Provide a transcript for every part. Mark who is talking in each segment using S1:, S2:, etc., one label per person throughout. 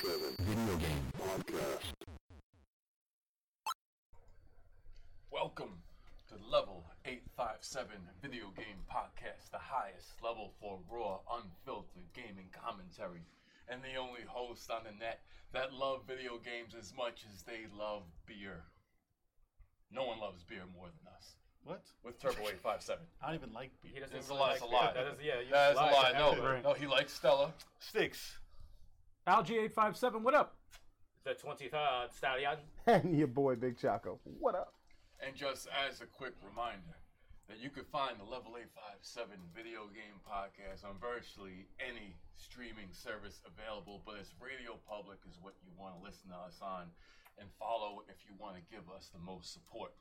S1: driven video game podcast.
S2: Welcome to Level 857 Video Game Podcast, the highest level for raw, unfiltered gaming commentary, and the only host on the net that love video games as much as they love beer. No one loves beer more than us.
S3: What?
S2: With Turbo 857.
S3: I don't even like beer.
S4: He doesn't.
S2: It's a
S4: really
S2: lie,
S4: like
S2: it's a
S4: beer.
S2: lie.
S4: That is, yeah, you
S2: That's a
S4: lied
S2: lie.
S4: to
S2: No,
S4: everybody.
S2: no, he likes Stella.
S3: Sticks.
S5: Algae eight five seven. What up?
S4: The twentieth uh, stallion.
S6: and your boy Big Choco. What up?
S2: And just as a quick reminder that you can find the Level 857 video game podcast on virtually any streaming service available, but it's Radio Public is what you want to listen to us on and follow if you want to give us the most support.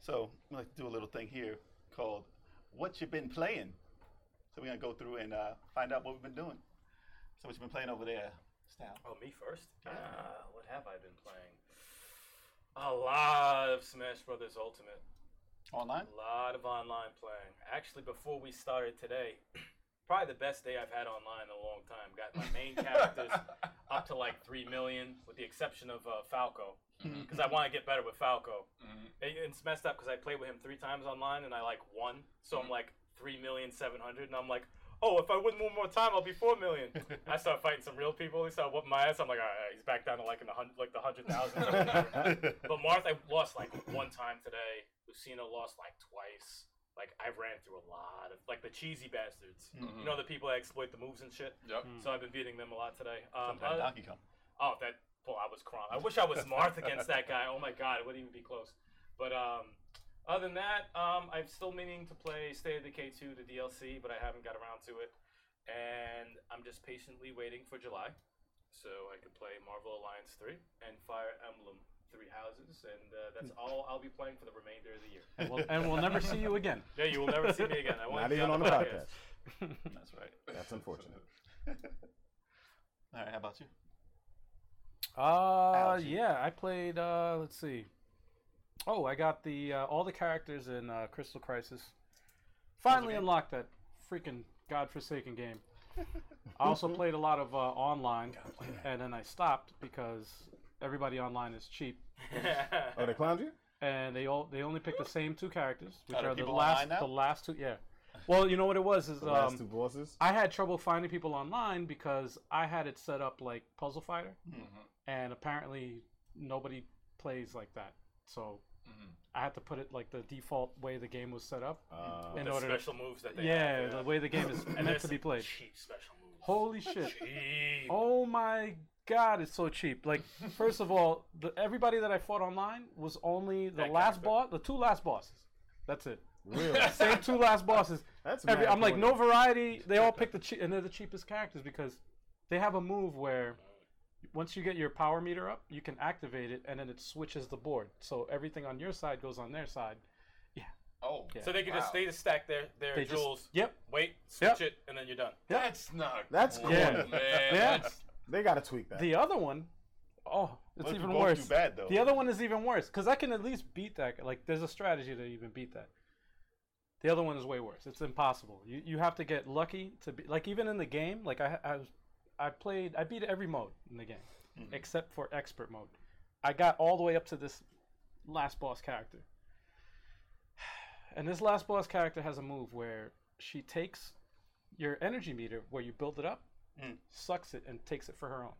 S3: So I'm gonna do a little thing here called "What You Been Playing." So we're gonna go through and uh, find out what we've been doing. So what you been playing over there? Stout.
S4: Oh, me first. Ah, what have I been playing? A lot of Smash Brothers Ultimate.
S3: Online.
S4: A lot of online playing. Actually, before we started today, probably the best day I've had online in a long time. Got my main characters up to like three million, with the exception of uh, Falco,
S2: Hmm.
S4: because I want to get better with Falco.
S5: Mm-hmm.
S4: It- It's messed up because I played with him three times online and I like won, so I'm like three million seven hundred, and I'm like. Oh, if I win one more time, I'll be four million. I start fighting some real people. They start whooping my ass. I'm like, all right, he's back down to like in the hundred, like the hundred thousand. But Martha lost like one time today. Lucina lost like twice. Like I ran through a lot of like the cheesy bastards.
S2: Mm.
S4: You know the people that exploit the moves and shit.
S2: Yep.
S4: So I've been beating them a lot today. Um,
S3: Sometime
S4: other-
S3: Donkey Kong.
S4: Oh, that well, I was crying. I wish I was Marth against that guy. Oh my god, it wouldn't even be close. But um, other than that, um, I'm still meaning to play State of Decay 2, the DLC, but I haven't got around to it. And I'm just patiently waiting for July, so I could play Marvel Alliance 3 and Fire Emblem Three Houses, and uh, that's all I'll be playing for the remainder of the year.
S5: Well, Hmm. and we'll never see you again.
S4: Yeah, you will never see me again. I won't
S6: Not
S4: be
S6: even on the podcast.
S3: That's right.
S6: That's unfortunate.
S3: All right. How about you?
S5: Uh, yeah, I played. Uh, let's see. Oh, I got the uh, all the characters in uh, Crystal Crisis. Finally unlocked that freaking godforsaken game. I also played a lot of uh, online, and then I stopped because everybody online is cheap,
S6: Oh, they clowned you?
S5: and they all they only pick the same two characters, which
S3: Are there
S5: are the
S3: people
S5: last
S3: online now?
S5: the last two. Yeah. Well, you know what it was is
S6: The last
S5: um,
S6: two bosses.
S5: I had trouble finding people online because I had it set up like Puzzle Fighter, and apparently nobody plays like that. So I had to put it like the default way the game was set up in
S4: The
S5: order. to-
S4: special moves that they
S5: yeah,
S4: have.
S5: the way the game is meant
S4: There's
S5: to be
S4: some
S5: played.
S4: Cheap special moves.
S5: Holy shit!
S4: Cheap.
S5: Oh my god, it's so cheap. Like, first of all, the, everybody that I fought online was only the
S4: That character.
S5: last boss, the two last bosses. That's it.
S6: Really?
S5: Same two last bosses.
S6: That's
S5: Every,
S6: mad
S5: I'm like,
S6: corny.
S5: no variety. They all pick the cheap, and they're the cheapest characters because they have a move where once you get your power meter up, you can activate it, and then it switches the board. So everything on your side goes on their side.
S2: Oh,
S4: So they can just they just stack their their
S5: They just-
S4: jewels.
S5: yep.
S4: Wait, switch
S5: Yep.
S4: it, and then you're done.
S2: that's not.
S6: That's
S2: cool,
S6: corny.
S5: Yeah.
S2: man.
S5: Yeah.
S2: That's,
S6: They gotta tweak that.
S5: The other one, oh, it's
S3: What if you
S5: even
S3: both
S5: worse.
S3: do bad though?
S5: The other one is even worse because I can at least beat that. guy. Like, there's a strategy to even beat that. The other one is way worse. It's impossible. You you have to get lucky to be like even in the game. Like I I was I played I beat every mode in the game except for expert mode. I got all the way up to this last boss character, and this last boss character has a move where she takes your energy meter where you build it up, sucks it, and takes it for her own.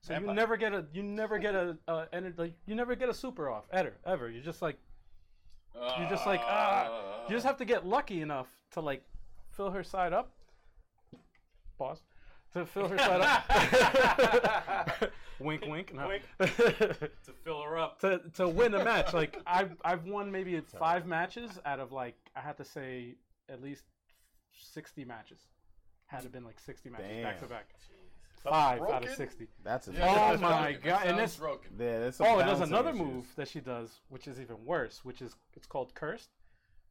S5: So you
S3: Vampire.
S5: never get a you never get a uh, ener- like, you never get a super off ever ever. You're just like you're just like ah.
S2: Oh.
S5: You just have to get lucky enough to like fill her side up. Pause. To fill her side up. wink, wink. No.
S4: To fill her up.
S5: to to win a match, like I've I've won maybe five matches out of like I had to say at least sixty matches. Had it been like sixty matches
S6: Damn.
S5: back to back. Five out of
S3: broken?
S5: sixty.
S6: That's a
S5: Oh
S2: that's
S5: my
S2: broken.
S5: god! And
S2: Sounds
S5: this
S2: broken.
S6: Yeah, that's some
S5: Oh, and there's
S6: balancing
S5: another
S6: issues.
S5: move that she does, which is even worse, which is it's called cursed,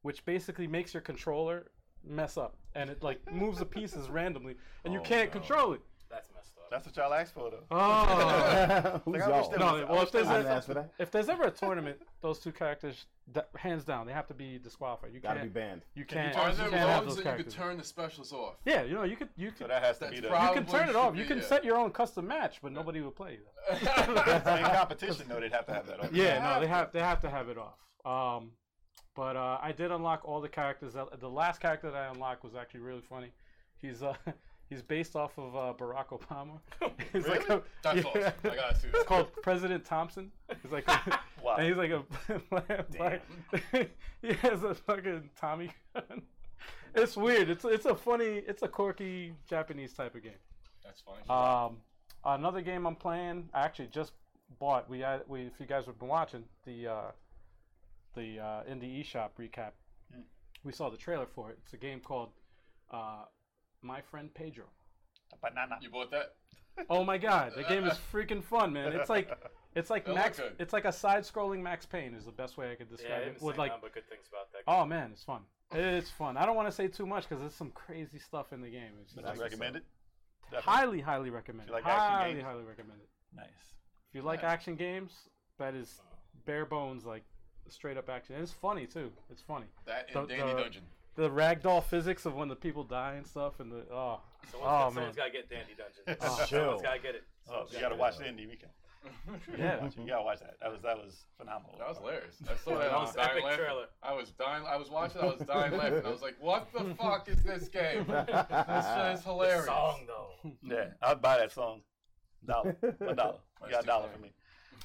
S5: which basically makes your controller mess up and it like moves the pieces randomly and you can't control it.
S4: That's messed up.
S3: That's what y'all asked for though.
S5: Oh.
S6: Who's
S3: I wish
S6: y'all?
S3: there
S5: No,
S3: was- I
S5: well,
S3: wish
S5: if
S3: there
S5: there's
S6: I
S3: was
S6: didn't ask for that.
S5: If there's ever a tournament, those two characters, that, hands down, they have to be disqualified. You
S6: Gotta be
S5: can't.
S6: banned.
S5: You can't.
S2: Are
S5: you
S2: there
S5: can't have
S2: modes
S5: those
S2: that you could
S5: characters.
S2: turn the specials off?
S5: Yeah, you know, you could. You
S3: So
S5: could.
S3: that has to
S2: That's
S3: be the
S5: You
S2: probably-
S5: can turn it
S2: should
S5: off.
S2: be,
S5: You can
S2: yeah.
S5: set your own custom match, but nobody would play you.
S3: in competition though. They'd have to have that. on.
S5: Yeah, no, they have they have to have it off. Um, but uh, I did unlock all the characters. That, the last character that I unlocked was actually really funny. He's uh, he's based off of uh, Barack Obama. He's like a-
S2: That's
S5: yeah.
S2: awesome. I gotta see this.
S5: It's called President Thompson. He's like, a,
S3: Wow.
S5: and he's like a black. he has a fucking Tommy gun. It's weird. It's it's a funny, it's a quirky Japanese type of game.
S2: That's funny.
S5: Um, another game I'm playing. I actually just bought. We had, we if you guys have been watching the uh, the uh, indie eShop recap, we saw the trailer for it. It's a game called uh, My Friend Pedro.
S3: Banana.
S2: you bought that?
S5: Oh my god, the game is freaking fun, man. It's like it's like
S2: That
S5: Max.
S2: looked good.
S5: It's like a side-scrolling Max Payne is the best way I could
S4: yeah, I
S5: describe
S4: haven't
S5: it.
S4: seen
S5: With like,
S4: none but good things about that.
S5: oh man, it's fun. It's fun. I don't want to say too much because there's some crazy stuff in the game. It's
S3: Would you recommend it? Definitely.
S5: highly, highly recommended.
S3: If you like action
S5: highly,
S3: games.
S5: highly recommended.
S3: Nice.
S5: If you like
S2: Alright.
S5: action games, that is bare bones, like straight up action. And it's funny too. It's funny.
S2: That
S5: The-
S2: and Danny
S5: the-
S2: Dungeon.
S5: The ragdoll physics of when the people die and stuff, and the oh,
S4: Someone's
S5: oh
S4: got,
S5: man,
S4: someone's got to get Dandy Dungeon.
S6: Oh,
S4: Someone's
S6: chill.
S4: got to get it.
S3: Oh, you gotta watch the indie weekend.
S5: yeah.
S3: You gotta watch that. That was that was phenomenal.
S2: That was hilarious. I saw that.
S4: That
S2: I
S4: was
S2: was dying
S4: epic
S2: laughing.
S4: trailer.
S2: I was dying. I was watching. I was dying laughing. I was like, "What the fuck is this game? This shit is hilarious."
S4: Song though.
S3: Yeah, I'd buy that song. Dollar, one dollar. You got a
S2: too
S3: dollar
S2: bad.
S3: for me.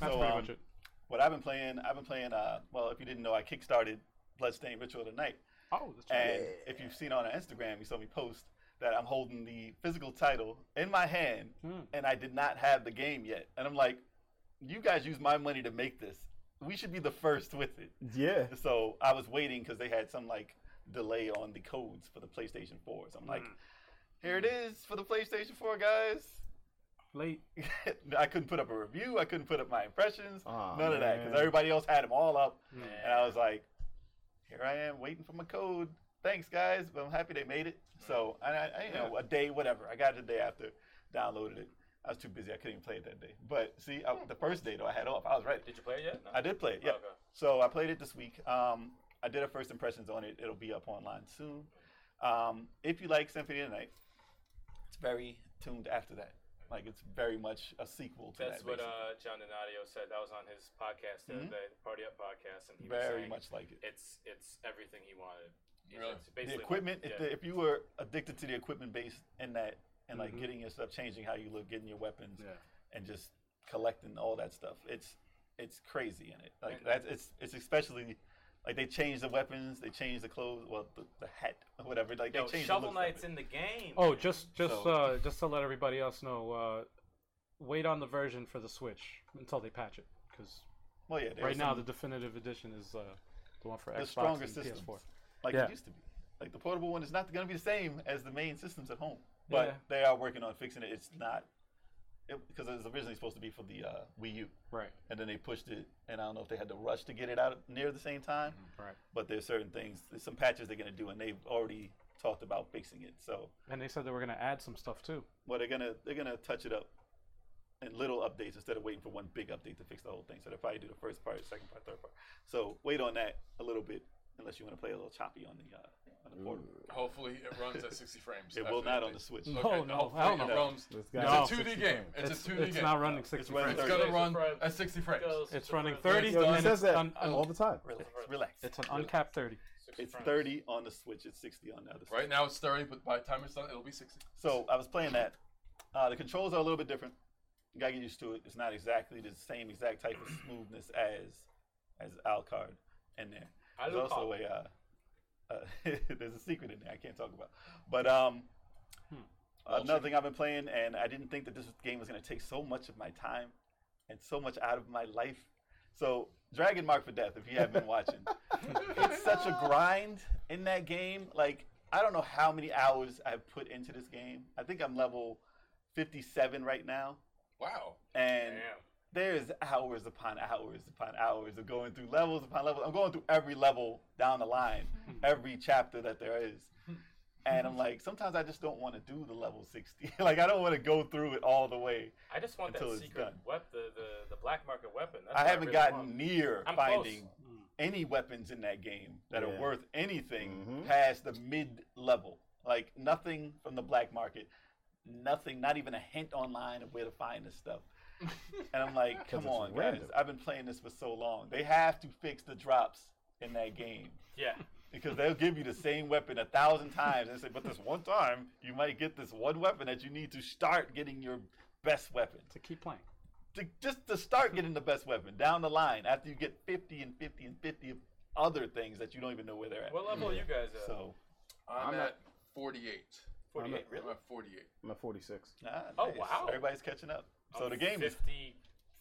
S5: That's
S3: So,
S5: pretty
S3: um,
S5: much it.
S3: what I've been playing, I've been playing. Uh, well, if you didn't know, I kickstarted Bloodstained Ritual tonight,
S5: Oh, that's right.
S3: and if you've seen on Instagram, you saw me post that I'm holding the physical title in my hand,
S5: Hmm.
S3: and I did not have the game yet, and I'm like, you guys use my money to make this. We should be the first with it.
S6: Yeah.
S3: So I was waiting because they had some like delay on the codes for the PlayStation 4. So I'm like,
S4: Mm.
S3: here it is for the PlayStation 4, guys.
S5: late.
S3: I couldn't put up a review. I couldn't put up my impressions.
S6: Aw,
S3: none of that because
S6: man.
S3: everybody else had them all up, and
S4: Yeah.
S3: I was like, "Here I am waiting for my code. Thanks, guys, but I'm happy they made it."
S4: Mm.
S3: So and I, I you know, a day, whatever. I got it the day after, downloaded it. I was too busy. I couldn't even play it that day. But see, I, the first day though, I had off. I was ready.
S4: Did you play it yet? No.
S3: I did play it. Yeah.
S4: Hmm. Okay.
S3: So I played it this week. Um, I did a first impressions on it. It'll be up online soon. Um, if you like Symphony of the Night, it's very tuned after that. Like it's very much a sequel to
S4: That's
S3: that.
S4: what
S3: basically.
S4: uh, John Donadio said. That was on his podcast, the other day, the Party Up podcast, and he was
S3: very
S4: saying
S3: much like it.
S4: it's it's everything he wanted. It's-
S2: Really?
S4: it's
S3: The
S4: basically like-
S3: equipment,
S4: yeah.
S3: if, the, if you were addicted to the equipment base and that, and like getting your stuff, changing how you look, getting your weapons,
S5: Mm-hmm. Yeah.
S3: and just collecting all that stuff, it's it's crazy in it. Like that's it's it's especially like they changed the weapons, they changed the clothes, well the, the hat, or whatever. Like
S4: Yo,
S3: they changed
S4: Shovel
S3: the looks of
S4: Knight's
S3: it.
S4: in the game.
S5: Oh,
S4: man.
S5: just just
S3: So-
S5: uh, just to let everybody else know, uh, wait on the version for the Switch until they patch it, because
S3: well, yeah, there
S5: right
S3: was
S5: now
S3: some-
S5: the definitive edition is uh, the one for
S3: the
S5: Xbox
S3: stronger
S5: and
S3: systems,
S5: PS4.
S3: like
S5: Yeah.
S3: it used to be. Like the portable one is not going to be the same as the main systems at home, but
S5: Yeah.
S3: they are working on fixing it. It's not because it, was originally supposed to be for the uh, Wii U,
S5: Right,
S3: and then they pushed it, and I don't know if they had to rush to get it out near the same time.
S5: right.
S3: But there's certain things, there's some patches they're going to do, and they've already talked about fixing it. So
S5: And they said they were gonna add some stuff too.
S3: well, they're gonna they're gonna touch it up in little updates instead of waiting for one big update to fix the whole thing. So they'll probably do the first part, second part, third part. So wait on that a little bit, unless you want to play a little choppy on the uh, on the portable.
S2: Hopefully, it runs at 60 frames.
S3: It will not on the
S2: Switch.
S3: Switch.
S5: No, no, hell no.
S2: It runs.
S6: This
S2: It's
S6: guy
S5: No.
S2: a 2D game. It's,
S5: It's,
S2: a 2D
S5: it's
S2: game.
S5: not running 60
S3: running
S5: frames.
S2: It's
S3: 30.
S2: gonna run
S4: frames.
S2: at 60 frames.
S4: Goes
S5: It's
S4: to
S5: running
S4: the-
S5: 30
S6: Yo, he
S5: and
S6: says
S5: it's,
S6: that
S5: un- un-
S6: all the time.
S3: Relax,
S4: It's-
S3: relax.
S5: it's an uncapped 30.
S4: Six
S3: It's
S4: frames.
S3: 30 on the Switch. It's 60 on the other. Switch.
S2: Right now it's 30, but by the time it's done, it'll be 60.
S3: So I was playing that. Uh, the controls are a little bit different. You gotta get used to it. It's not exactly the same exact type of smoothness as as Alcard in there.
S4: I
S3: There's
S4: look
S3: also a uh, uh, there's a secret in there I can't talk about. But um, another thing I've been playing, and I didn't think that this game was gonna take so much of my time and so much out of my life. So Dragon Mark for Death, if you haven't been watching, it's such a grind in that game. Like I don't know how many hours I've put into this game. I think I'm level 57 right now,
S2: Wow.
S3: and
S4: Damn.
S3: there's hours upon hours upon hours of going through levels upon levels. I'm going through every level down the line, every chapter that there is. And I'm like, sometimes I just don't want to do the level 60. like, I don't want to go through it all the way.
S4: I just want
S3: Until
S4: that
S3: it's
S4: secret
S3: done.
S4: weapon, the, the, the black market weapon. That's
S3: I
S4: what
S3: haven't
S4: really
S3: gotten
S4: want.
S3: near
S4: I'm close.
S3: finding any weapons in that game that
S6: Yeah.
S3: are worth anything
S6: Mhm.
S3: past the mid level. Like nothing from the black market, nothing, not even a hint online of where to find this stuff. and I'm like, come
S6: it's
S3: on,
S6: random.
S3: guys! I've been playing this for so long. They have to fix the drops in that game
S4: Yeah.
S3: because they'll give you the same weapon a thousand times and say, but this one time you might get this one weapon that you need to start getting your best weapon
S5: to keep playing.
S3: to, just to start getting the best weapon down the line after you get 50 and 50 and 50 of other things that you don't even know where they're at.
S4: What level are you guys at?
S3: so,
S2: I'm,
S6: I'm
S2: at,
S6: at-
S2: 48.
S4: 48, really?
S2: I'm at 48.
S6: I'm at 46.
S3: ah,
S4: Oh,
S3: nice.
S4: wow. Oh,
S3: Everybody's catching up. So
S4: I'm
S3: the game is,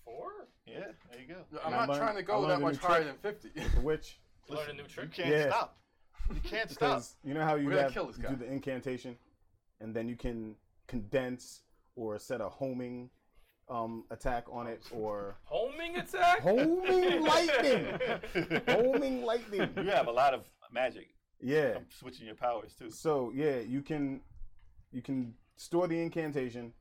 S4: 54?
S3: yeah, there you go.
S2: I'm
S6: I
S2: not
S6: learned-
S2: trying to
S6: I
S2: go
S6: learned
S2: that
S6: a
S2: much
S6: new
S2: higher than
S6: trick.
S2: 50.
S6: The witch,
S4: Learn a new
S3: You
S4: trick.
S3: can't
S6: Yeah.
S3: stop. You can't stop.
S6: because you know how you
S2: We're gonna
S6: have
S2: kill this
S6: you
S2: guy.
S6: do the incantation, and then you can condense or set a homing um, attack on it, or
S4: Homing attack?
S6: homing lightning, homing
S3: You
S6: lightning.
S3: have a lot of magic
S6: Yeah.
S3: I'm switching your powers too.
S6: So yeah, you can you can store the incantation,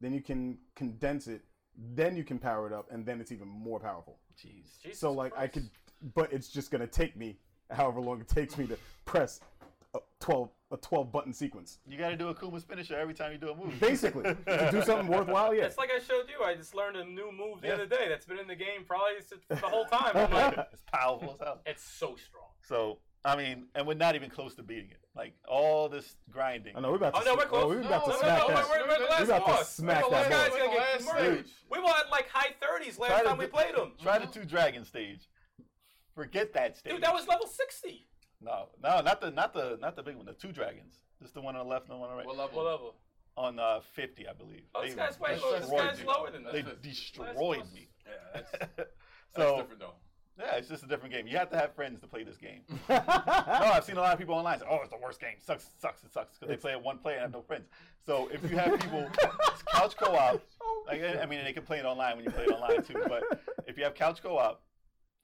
S6: then you can condense it, then you can power it up, and then it's even more powerful.
S3: Jeez.
S4: Jesus
S6: So like I
S4: Christ.
S6: could, but it's just gonna take me however long it takes me to press a twelve a twelve button sequence.
S3: You got to do a Kuma's finisher every time you do a move.
S6: Basically, to do something worthwhile, yeah.
S4: It's like I showed you. I just learned a new move the
S3: Yeah.
S4: other day that's been in the game probably since the whole time. I'm like,
S3: it's powerful as hell.
S4: it's so strong.
S3: So, I mean, and we're not even close to beating it. Like, all this grinding.
S6: I know we're about to.
S4: Oh, no, we're close.
S6: we're about
S2: No,
S6: to
S2: no,
S6: smack
S2: no,
S6: that.
S2: we're-
S4: we're, we're the last
S6: We about to
S4: boss.
S6: smack
S4: We're the last
S6: that
S4: guy's
S6: boss.
S4: gonna
S2: We're
S4: get
S2: the last
S4: murdered.
S2: stage.
S4: We were at like high 30s
S3: Try
S4: last
S3: to
S4: time we
S3: do-
S4: played him. Mm-hmm.
S3: Try the two dragon stage. Forget that stage.
S4: Dude, that was level 60.
S3: No, no, not the not the not the big one. The two dragons. Just the one on the left and the one on the right.
S2: What level?
S4: What level?
S3: on uh, 50, I believe.
S4: Oh, this guy's way
S2: that's
S4: lower. This
S2: destroyed
S4: guy's
S2: you.
S4: lower than
S3: They
S4: that.
S2: That's-
S3: destroyed
S4: that's-
S3: me.
S2: Yeah, that's, that's
S3: So
S2: different though.
S3: yeah, it's just a different game. You have to have friends to play this game. no, I've seen a lot of people online say, "Oh, it's the worst game. Sucks, sucks, it sucks." Because they play it one player and have no friends. So if you have people, it's couch co-op. Like, I I mean, they can play it online when you play it online too. But if you have couch co-op,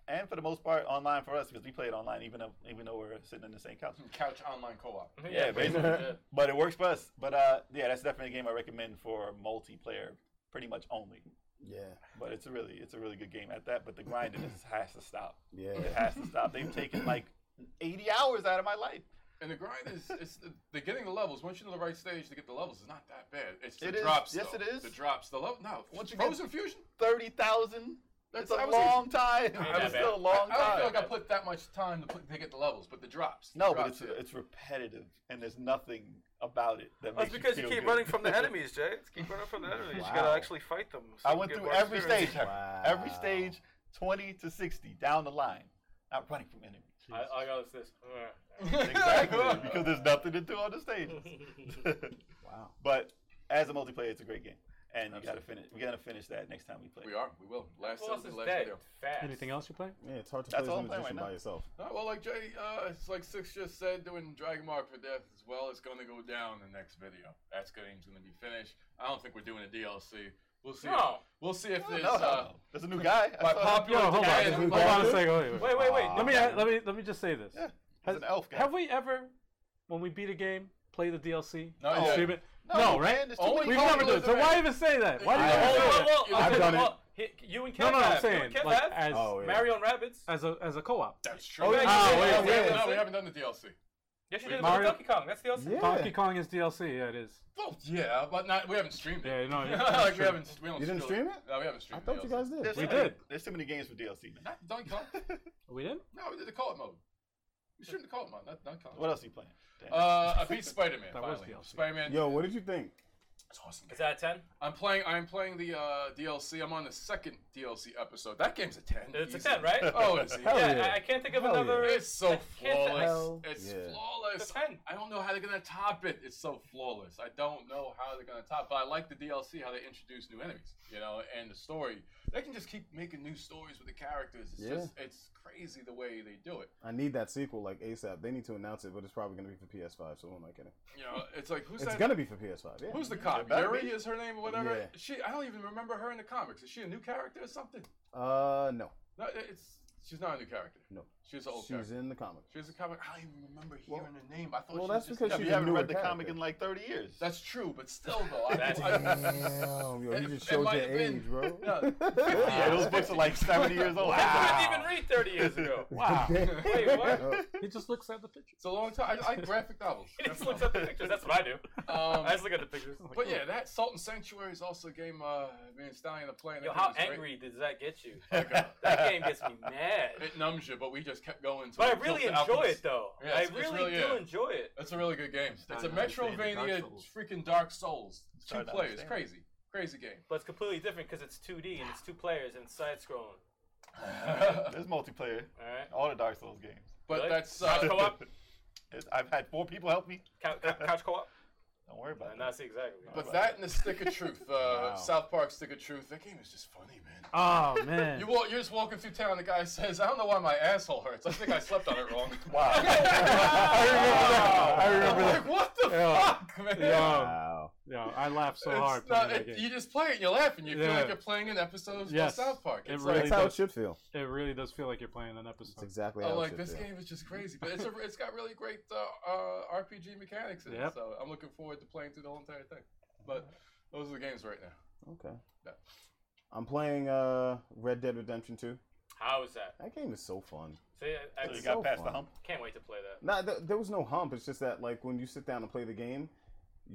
S3: and for the most part, online for us because we play it online, even though, even though we're sitting in the same couch.
S2: Couch online co-op.
S3: Yeah, basically.
S4: yeah.
S3: But it works for us. But uh, yeah, that's definitely a game I recommend for multiplayer, pretty much only.
S6: Yeah,
S3: But it's a really, it's a really good game at that. But the grinding just has to stop. It
S6: yeah.
S3: has to stop. They've taken like 80 hours out of my life.
S2: And the grind is, it's the, the getting the levels. Once you're in the right stage to get the levels, is not that bad. It's the
S3: It is.
S2: drops.
S3: Yes,
S2: though.
S3: it is.
S2: The drops. The level. No.
S3: Once you get-
S2: Frozen Fusion.
S3: 30,000. That's
S2: That's-
S3: a
S2: I was
S3: long time.
S4: Yeah,
S3: That was
S4: man.
S3: still a long
S2: I, I don't feel
S3: time.
S2: like I put that much time to, put, to get the levels, but the drops. the
S3: No, but
S2: drops,
S3: it's it's repetitive, and there's nothing about it that
S7: That's
S3: makes
S7: because you
S3: feel
S7: keep
S3: good.
S7: running from the enemies, Jay. It's keep running from the enemies. You gotta
S6: Wow.
S7: actually fight them. so
S3: I
S7: you
S3: went
S7: get
S3: through
S7: more
S3: every
S7: experience.
S3: stage, Harry. every stage, 20 to 60 down the line, not running from enemies.
S4: I, I got this.
S3: exactly, because there's nothing to do on the stages.
S6: Wow.
S3: But as a multiplayer, it's a great game, and you gotta finish. We gotta finish that next time we play.
S2: We are. We will. Last
S4: Boss
S2: Sunday,
S4: is
S2: last
S4: dead.
S2: video.
S4: Fast.
S5: Anything else you play?
S6: Yeah, it's hard to
S3: That's
S6: play
S3: all
S6: as a
S3: I'm playing
S6: magician
S3: right
S6: by
S3: now.
S6: yourself.
S2: No, Oh, well, like Jay, uh, it's like Six just said, doing Dragon Mark for Death as well. It's gonna go down in the next video. That's good. Game's gonna be finished. I don't think we're doing a DLC. We'll see.
S4: No.
S2: If, we'll see if
S3: Oh, No,
S2: there's
S3: no,
S2: uh,
S3: no. There's a new guy. I
S2: by
S3: saw him.
S2: popular
S5: Yo, hold
S2: demand.
S5: on. Hold
S2: like-
S5: on a second. Wait, wait.
S4: Wait, wait, wait.
S5: Let me let me let me just say this.
S3: Yeah, There's an elf guy.
S5: Have we ever, when we beat a game, play the DLC?
S2: Not
S5: and
S2: yet.
S5: stream it?
S3: No,
S5: No,
S3: man,
S5: right?
S3: there's too many
S5: We've never done
S3: consoles
S5: it. So why
S3: already.
S5: even say that? Why do you
S6: I-
S5: ever
S4: Oh,
S5: say
S4: well,
S5: that?
S4: well,
S6: I've
S4: okay,
S6: done
S4: well, he- You and Kev
S5: No, no,
S4: have.
S5: I'm
S4: You
S5: saying
S4: and Kev
S5: like
S4: have.
S5: as
S6: Oh, yeah.
S4: Mario and Rabbits.
S5: as a as a co-op.
S2: That's true.
S6: Oh, yeah,
S5: Oh,
S2: we
S5: yeah,
S2: haven't-
S5: yeah,
S2: we haven't-
S6: yeah.
S2: No, we haven't done the DLC.
S4: Yes, you did.
S5: Mario-
S4: Mario Donkey Kong. That's the DLC.
S6: Yeah.
S5: Donkey Kong is DLC. Yeah, it is.
S2: Well, yeah, but not. We haven't streamed it.
S5: Yeah, no, yeah, that's
S2: like we
S5: true.
S2: haven't. We don't
S6: You didn't
S2: really-
S6: stream it?
S2: No, we haven't
S6: I
S2: streamed.
S6: thought you
S2: DLC.
S6: guys did.
S3: There's
S5: We
S3: too many-
S5: did.
S3: There's too many games for DLC. Man.
S2: Not Donkey Kong.
S5: We did.
S2: No, we did the co-op mode. We streamed the co-op mode, not Donkey Kong.
S3: What else are you playing? Dan?
S2: Uh, I beat Spider-Man.
S5: That was
S2: finally.
S5: DLC.
S2: Spider-Man.
S6: Yo, what did you think?
S2: It's awesome.
S4: Is that a 10?
S2: I'm playing. I'm playing the uh, DLC. I'm on the second DLC episode. That game's a ten.
S4: It's a
S2: easy.
S4: 10, right?
S2: Oh, it's easy.
S6: Hell
S4: yeah,
S6: yeah.
S4: I, I can't think of
S6: Hell
S4: another.
S2: It's so
S4: I can't-
S2: flawless.
S6: Hell
S2: It's
S6: yeah.
S2: flawless.
S4: It's a 10.
S2: I don't know how they're gonna top it. It's so flawless. I don't know how they're gonna top. But I like the DLC how they introduce new enemies, you know, and the story. They can just keep making new stories with the characters. It's
S6: Yeah.
S2: just it's crazy the way they do it.
S6: I need that sequel like ASAP. They need to announce it, but it's probably gonna be for PS5. So who am I kidding?
S2: You know, it's like who's
S6: It's
S2: that?
S6: gonna be for PS5. Yeah.
S2: Who's the cop?
S3: better
S2: Yuri
S3: be.
S2: is her name or whatever.
S6: Yeah.
S2: She I don't even remember her in the comics. Is she a new character or something?
S6: Uh, no.
S2: No, it's she's not a new character.
S6: No.
S2: She was an old
S6: She's
S2: character.
S6: in the comics.
S2: She was a comic. I don't even remember hearing her name. I thought
S6: well,
S2: she
S6: that's
S2: was just-
S6: because
S3: Yeah,
S6: she's
S3: you
S6: a
S3: haven't
S6: newer
S3: read the
S6: character.
S3: comic in like 30 years.
S2: That's true, but still though. I,
S4: That's-
S2: I,
S6: Damn, yo, you
S2: It-
S6: just
S2: it
S6: showed your
S2: might have been-
S6: age, bro.
S2: no,
S3: yeah, those books are like 70 years old.
S4: I couldn't even read 30 years ago.
S5: Wow.
S4: Wait, what?
S5: he just looks at the picture.
S2: it's a long time. I, I like graphic novels.
S4: He just looks at the pictures. That's what I do.
S2: Um,
S4: I just look at the pictures.
S2: but yeah, that Salt and Sanctuary is also a game. Uh, me and Stallion are playing.
S4: Yo,
S2: That game
S4: how
S2: is great.
S4: angry does that get you?
S2: Okay.
S4: That game gets me mad.
S2: It numbs you, but we just kept going. till
S4: But
S2: we
S4: I really
S2: built the
S4: enjoy
S2: alchemist.
S4: it though.
S2: Yeah,
S4: I
S2: it's- it's
S4: really
S2: really,
S4: do
S2: yeah.
S4: enjoy it.
S2: That's a really good game. That's a
S8: Starting to understand the Dark
S2: Metrovania
S8: Souls.
S2: freaking Dark Souls. Two
S3: Starting to
S2: players.
S3: understand.
S2: Crazy. Crazy game.
S4: But it's completely different because it's 2D and it's two players and it's side scrolling.
S3: There's multiplayer.
S4: All right.
S3: All the Dark Souls games.
S2: but
S4: Really?
S2: that's
S4: Couch
S2: uh,
S4: co-op.
S3: It's- I've had four people help me.
S4: Couch, couch co-op.
S3: Don't worry about
S4: And
S3: it.
S4: that's exactly.
S2: but that and the Stick of Truth. Uh, South Park Stick of Truth. That game is just funny, man.
S5: Oh man.
S2: You walk, you're just walking through town. The guy says, "I don't know why my asshole hurts. I think I slept on it wrong."
S3: Wow. I remember that. I
S2: I'm
S3: remember that.
S2: like, what the
S5: Yeah.
S2: fuck, man?
S5: Yo,
S6: Wow.
S5: yo, I laughed so hard.
S2: It's not,
S5: playing that
S2: it,
S5: game.
S2: you just play it and you laugh and you feel
S5: Yeah.
S2: like you're playing an episode of
S5: Yes.
S2: South Park.
S5: It
S2: It's
S5: really
S2: like,
S6: That's how it
S5: does.
S6: should feel.
S5: It really does feel like you're playing an episode.
S6: That's exactly how
S2: I'm
S6: it
S2: Oh, like,
S6: should
S2: this
S6: feel.
S2: game is just crazy, but it's a, it's got really great uh, uh, RPG mechanics in it.
S5: Yep.
S2: So I'm looking forward to playing through the whole entire thing. But those are the games right now.
S6: Okay.
S2: Yeah.
S6: I'm playing uh, Red Dead Redemption 2.
S4: How is that?
S6: That game is so fun.
S4: See, I, I
S3: So you
S6: It's
S3: got
S6: so
S3: past the
S6: fun.
S3: hump.
S4: can't wait to play that.
S6: Nah, th- there was no hump. It's just that like when you sit down and play the game,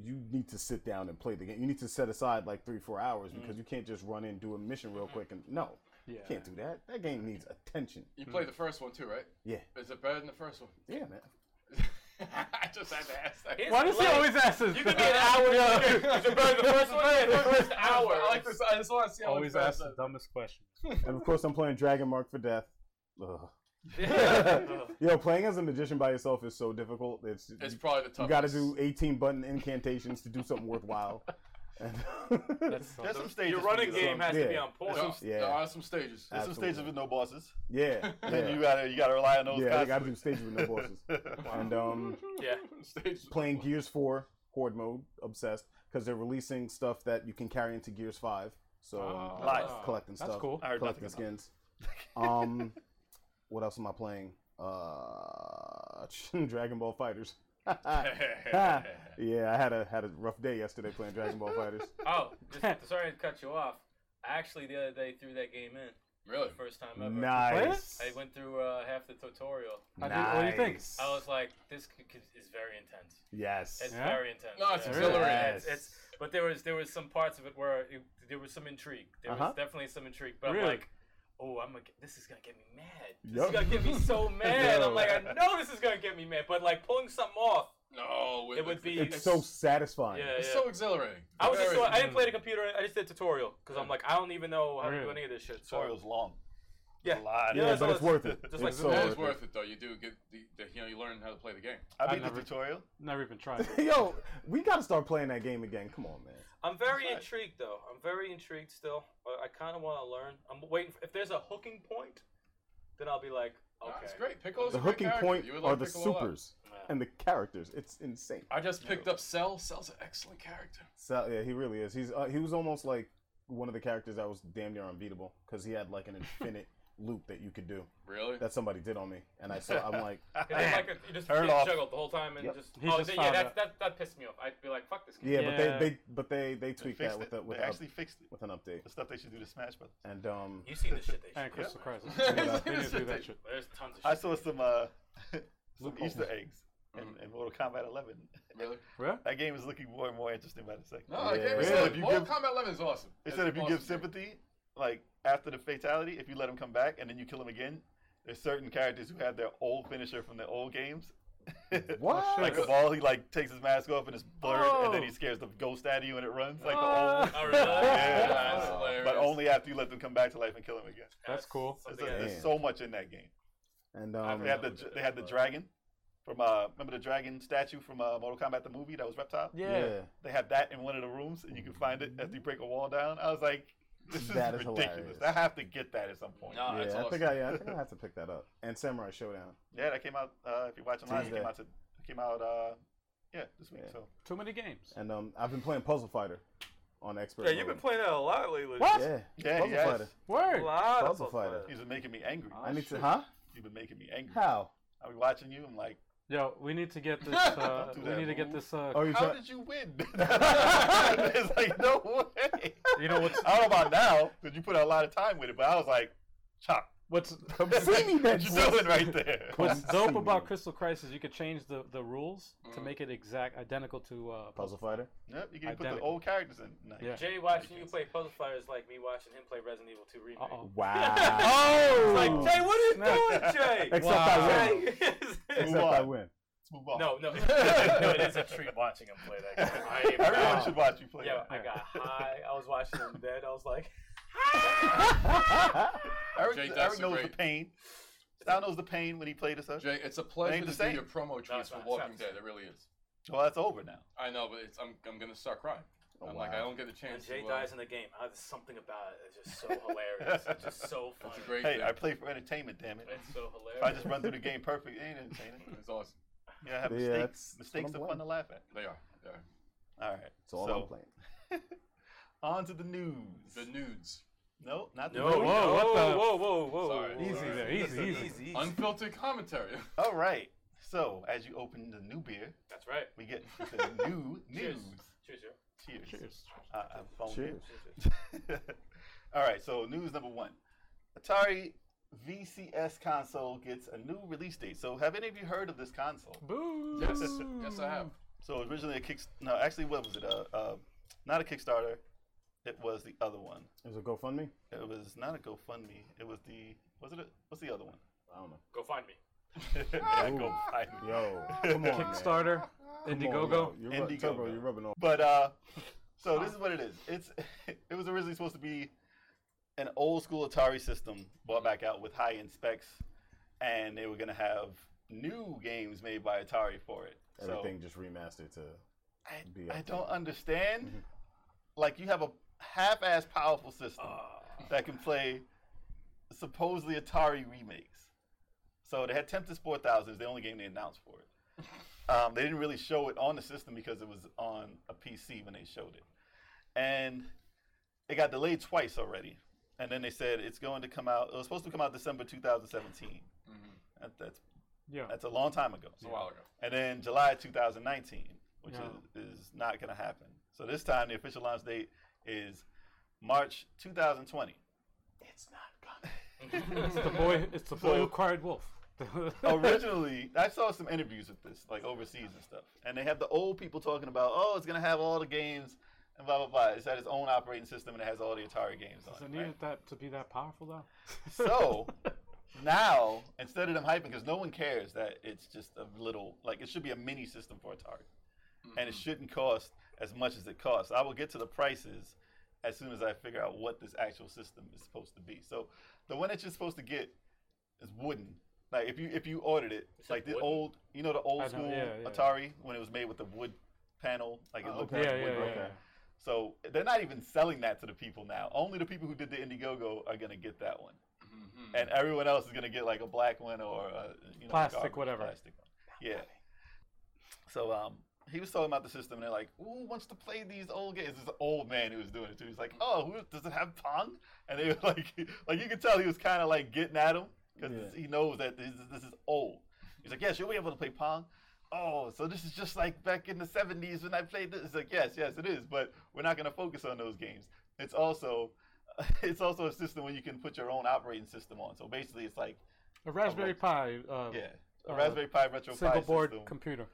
S6: you need to sit down and play the game. You need to set aside like three, four hours because you can't just run in do a mission real quick and no,
S5: Yeah.
S6: you can't do that. That game needs attention.
S2: You
S5: Hmm.
S2: played the first one too, right?
S6: Yeah,
S2: Is it better than the first one?
S6: yeah, man.
S2: I just had to ask that.
S4: It's
S5: Why does he
S4: late.
S5: always ask this?
S4: You could be an hour. Yeah. the first one, the first hour.
S2: I like this. I just want to see how
S5: always
S2: much better
S5: ask the
S2: that-
S5: dumbest question.
S6: and of course, I'm playing Dragon Mark for Death. Ugh. Yo, playing as a magician by yourself is so difficult. It's,
S2: It's
S6: you,
S2: probably the toughest.
S6: got to do 18 button incantations to do something worthwhile. And
S5: That's so
S3: There's some stages.
S4: Your running
S3: where you-
S4: game has to be
S6: Yeah.
S4: on
S2: There
S4: point.
S2: are,
S6: Yeah.
S2: there are some stages.
S3: There's some stages with no bosses.
S6: yeah,
S3: And you
S6: yeah,
S3: gotta you gotta rely on those
S6: yeah. They
S3: guys.
S6: got to do stages with no bosses. And um,
S4: Yeah.
S2: stages.
S6: playing Gears 4 Horde mode, obsessed, because they're releasing stuff that you can carry into Gears 5. So
S4: Ah.
S6: I'm
S3: Nice.
S6: collecting
S5: That's
S6: stuff,
S5: cool.
S3: I heard
S6: collecting
S3: nothing
S6: skins. um, what else am I playing? Uh, Dragon Ball Fighters. yeah, I had a had a rough day yesterday playing Dragon Ball Fighters.
S4: Oh, just, sorry to cut you off. I actually the other day threw that game in.
S2: Really?
S4: First time ever.
S6: nice.
S4: I went through uh, half the tutorial.
S5: How do you- what do you think?
S6: Nice.
S4: I was like, this c- c- is very intense.
S6: Yes.
S4: It's
S5: Yeah?
S4: very intense.
S2: No, it's
S4: yeah.
S2: exhilarating.
S4: Yeah, It's, it's, but there was there was some parts of it where it, there was some intrigue. There
S6: Uh-huh.
S4: was definitely some intrigue. But I'm
S5: Really?
S4: like, oh, I'm gonna, get- this is gonna get me mad. This
S6: Yup.
S4: is gonna get me so mad.
S6: Yo.
S4: I'm like, I know this is gonna get me mad. But like pulling something off,
S2: No, with
S4: it would
S2: the-
S4: be
S6: It's so satisfying.
S4: Yeah,
S2: It's
S4: yeah.
S2: so exhilarating.
S4: I was just
S2: Very-
S4: so, I didn't play the computer. I just did tutorial because I'm like, I don't even know how to do
S5: Really?
S4: any of this shit. So
S3: Tutorial's long.
S4: yeah,
S3: A lot.
S6: Yeah,
S4: Yeah,
S6: but
S4: so
S6: it's
S4: it's-
S6: worth it.
S4: just
S6: It's
S4: like-
S6: so
S2: It
S6: worth
S2: is
S6: it.
S2: worth it though. You do get the, the you know you learn how to play the game.
S3: I beat
S5: I've never-
S3: the tutorial.
S5: Never even tried. it.
S6: Yo, we gotta start playing that game again. Come on, man.
S4: I'm very intrigued though. I'm very intrigued still. I, I kind of want to learn. I'm waiting. For, if there's a hooking point, then I'll be like, okay.
S2: That's great. Piccolo's
S6: The
S2: a great
S6: hooking
S2: character.
S6: point
S2: You would
S6: are
S2: like
S6: the
S2: Piccolo a lot.
S6: supers
S4: Yeah.
S6: and the characters. It's insane.
S2: I just picked up Cell. Cell's an excellent character.
S6: So yeah, he really is. He's uh, he was almost like one of the characters that was damn near unbeatable because he had like an infinite loop that you could do
S2: Really?
S6: that somebody did on me, and I saw I'm like,
S4: And then, like, you just
S3: Turn
S4: you
S3: off.
S4: juggled the whole time and
S6: Yep.
S4: just.
S5: He
S4: oh,
S5: just
S4: th- yeah,
S5: found
S4: that,
S5: out.
S4: that that pissed me off. I'd be like, fuck this game.
S6: yeah,
S5: Yeah.
S6: but they they but they they tweaked
S3: Fixed
S6: that with
S3: it.
S6: the, with
S3: they
S6: the up-
S3: actually fixed it.
S6: with an update
S3: The stuff they should do to Smash Brothers.
S6: and um
S4: You seen the shit they
S5: And
S4: shit.
S5: Crystal Crisis.
S2: Yeah.
S5: We need to do that shit.
S4: There's tons of shit.
S3: I saw some uh, some Easter eggs in,
S2: Mm-hmm.
S3: in Mortal Kombat 11.
S2: Really?
S5: Really?
S3: That game is looking more and more interesting by the second.
S2: No, I can't.
S6: Yeah.
S2: Really?
S3: So if you
S2: Mortal
S3: give-
S2: Kombat 11 is awesome.
S3: They
S2: It's
S3: said if you
S2: an
S3: give
S2: awesome game.
S3: sympathy, like after the fatality, if you let him come back and then you kill him again, there's certain characters who have their old finisher from their old games.
S6: what?
S3: like a ball, he like takes his mask off and it's blurred, and then
S5: Oh.
S3: he scares the ghost out of you and it runs like the old.
S4: Oh, really?
S3: Yeah.
S2: That's
S6: Wow.
S2: hilarious.
S3: But only after you let them come back to life and kill him again.
S5: That's cool.
S3: It's
S4: Something
S3: like,
S4: else.
S3: there's so much in that game.
S6: and um
S3: They had the they had the dragon from uh remember the dragon statue from uh, Mortal Kombat the movie that was Reptile.
S6: yeah,
S3: They had that in one of the rooms, and you can find it after you break a wall down. I was like, this is,
S6: That is
S3: ridiculous.
S6: hilarious.
S3: I have to get that at some point.
S2: No,
S6: yeah,
S2: that's
S6: I
S2: awesome.
S6: think I yeah I think I have to pick that up and Samurai Showdown.
S3: Yeah, that came out. Uh, if you're watching live, it
S6: Tuesday.
S3: came out. To, it came out. Uh, yeah, this week.
S6: Yeah.
S3: So
S5: Too many games.
S6: And um, I've been playing Puzzle Fighter on expert.
S7: Yeah, you've
S6: mode.
S7: been playing that a lot lately.
S5: What?
S6: Yeah,
S3: yeah,
S6: Puzzle
S3: yes.
S6: Fighter.
S7: A
S5: Word.
S7: lot of
S6: Puzzle Fighter.
S3: These are making me angry.
S6: I need to,
S5: shoot.
S6: huh?
S3: You've been making me angry.
S6: How?
S3: I'll be watching you. I'm like,
S5: Yo, we need to get this. Uh,
S3: Don't do
S5: we
S3: that,
S5: need to get
S3: Lou.
S5: this. Uh,
S6: Oh, you
S3: how
S6: try-
S3: did you win? it's like no way.
S5: You know what's
S3: I don't know about now because you put a lot of time with it, but I was like, chop.
S5: what's
S6: Come see me
S3: what
S6: next
S3: you
S6: week.
S3: doing right there?
S5: what's
S6: Come see
S5: dope
S6: me.
S5: about Crystal Crisis? You could change the, the rules to
S2: Mm.
S5: make it exact identical to uh,
S6: Puzzle Fighter?
S3: Yep, you can put the
S5: Identical.
S3: old characters in. Nice.
S5: Yeah.
S4: Jay watching you play Puzzle Fighter is like me watching him play Resident Evil 2 remake.
S3: Oh.
S5: Uh-oh.
S6: Wow.
S5: Oh,
S4: Like Jay, what are you
S3: Snap.
S4: doing, Jay?
S6: Except I win.
S4: Jay.
S6: Except I
S3: on.
S6: win.
S3: Let's move on.
S4: no, no, no. It is a treat watching him play that game. I am
S3: Everyone
S4: not-
S3: should watch you play.
S4: Yeah,
S3: that.
S4: I got high. I was watching him dead. I was like,
S3: Eric,
S2: Jake, that's
S3: Eric
S2: a
S3: knows the
S2: great-
S3: pain. Sal knows the pain when he played us.
S2: Jay, it's a
S3: Ain't
S2: pleasure to do
S3: the same.
S2: your promo trees
S4: it's not.
S2: for
S4: It's
S2: Walking
S4: not the
S2: Dead. It really is.
S3: Well, that's over now.
S2: I know, but it's, I'm I'm gonna start crying. I'm like I
S6: wow.
S2: don't get a
S4: when
S2: chance.
S4: Jay
S2: to, uh,
S4: dies in the game, ah, there's something about it. It's just so hilarious. It's just so funny.
S2: It's a great
S3: Hey,
S2: thing.
S3: I play for entertainment. Damn it!
S4: It's so hilarious.
S3: If I just run through the game perfect, it ain't entertaining.
S2: It's awesome.
S3: You gotta have
S6: Yeah,
S3: mistakes.
S6: that's
S3: Mistakes
S6: what
S3: are
S6: I'm
S3: fun to laugh at.
S2: They are. They are.
S3: All right.
S6: That's all I'm playing.
S3: On to the news.
S2: The nudes.
S3: no, not the
S4: No,
S3: news.
S4: whoa,
S5: whoa, what the-
S4: whoa, whoa, whoa,
S2: Sorry.
S4: whoa.
S5: Easy there, easy, easy.
S2: Unfiltered commentary.
S3: All right. So as you open the new beer,
S4: That's right.
S3: we get the new news.
S4: Cheers. Cheers, Joe.
S3: Cheers.
S5: Cheers.
S3: Uh, I phoned
S6: Cheers.
S3: it. All right. So news number one: Atari VCS console gets a new release date. So have any of you heard of this console?
S5: Boo.
S2: yes. Yes, I have.
S3: So originally a kick. No, actually, what was it? Uh, uh, not a Kickstarter. It was the other one.
S6: Is it GoFundMe?
S3: It was not a GoFundMe. It was the. Was it? A, what's the other one?
S6: I don't know.
S4: Go find me.
S3: Yeah, GoFundMe.
S6: Yo, come on. man. Come
S5: Kickstarter,
S6: on,
S5: Indiegogo.
S6: yo. You're rub-
S3: Indiegogo.
S6: Turbo, you're rubbing on.
S3: But uh, so this is what it is. It's it was originally supposed to be an old school Atari system brought back out with high end specs, and they were gonna have new games made by Atari for it. So-
S6: Everything just remastered to. be
S3: I, I
S6: up
S3: don't understand. Like you have a half-ass powerful system that can play supposedly Atari remakes. So they had Tempest 4000 is the only game they announced for it. Um, they didn't really show it on the system because it was on a PC when they showed it, and it got delayed twice already. And then they said it's going to come out. It was supposed to come out December 2017. That, that's
S5: Yeah.
S3: that's a long time ago.
S2: It's a while ago.
S3: And then July 2019, which
S5: Yeah.
S3: is, is not going to happen. So this time, the official launch date is March 2020. It's not
S5: It's the boy. It's the boy
S3: So-
S5: who cried wolf.
S6: Oh,
S3: coming. Originally, I saw some interviews with this, like overseas and stuff. And they have the old people talking about, oh, it's going to have all the games and blah, blah, blah. It's had its own operating system and it has all the Atari games
S5: Does
S3: on
S5: it
S3: it.
S5: needed
S3: right?
S5: that to be that powerful though?
S3: So now, instead of them hyping, because no one cares that it's just a little, like it should be a mini system for Atari,
S2: Mm-hmm.
S3: and it shouldn't cost as much as it costs. I will get to the prices as soon as I figure out what this actual system is supposed to be. So the one that you're supposed to get is wooden. Like if you if you ordered it, like the
S4: wooden?
S3: old, you know, the old
S5: I know,
S3: school
S5: yeah, yeah.
S3: Atari when it was made with the wood panel, like it
S6: Oh,
S3: looked
S6: okay.
S3: like
S5: Yeah,
S3: wood
S5: yeah,
S3: work.
S5: yeah, yeah.
S3: So they're not even selling that to the people now. Only the people who did the Indiegogo are gonna get that one
S2: Mhm.
S3: and everyone else is gonna get like a black one or a, you know,
S5: Plastic,
S3: garbage
S5: whatever.
S3: Plastic one. Yeah. So um, he was talking about the system, and they're like, "Who wants to play these old games?" This old man who was doing it too. He's like, "Oh, who, does it have Pong?" And they were like, like you could tell he was kind of like getting at him because
S6: Yeah.
S3: he knows that this, this is old. He's like, "Yes, you'll be able to play Pong." Oh, so this is just like back in the '70s when I played this. It's like, yes, yes, it is, but we're not gonna focus on those games. It's also, it's also a system where you can put your own operating system on. So basically, it's like,
S5: A Raspberry Pi. Uh,
S3: yeah, a
S5: Uh,
S3: Raspberry Pi Retro Pi
S5: Single board
S3: system
S5: computer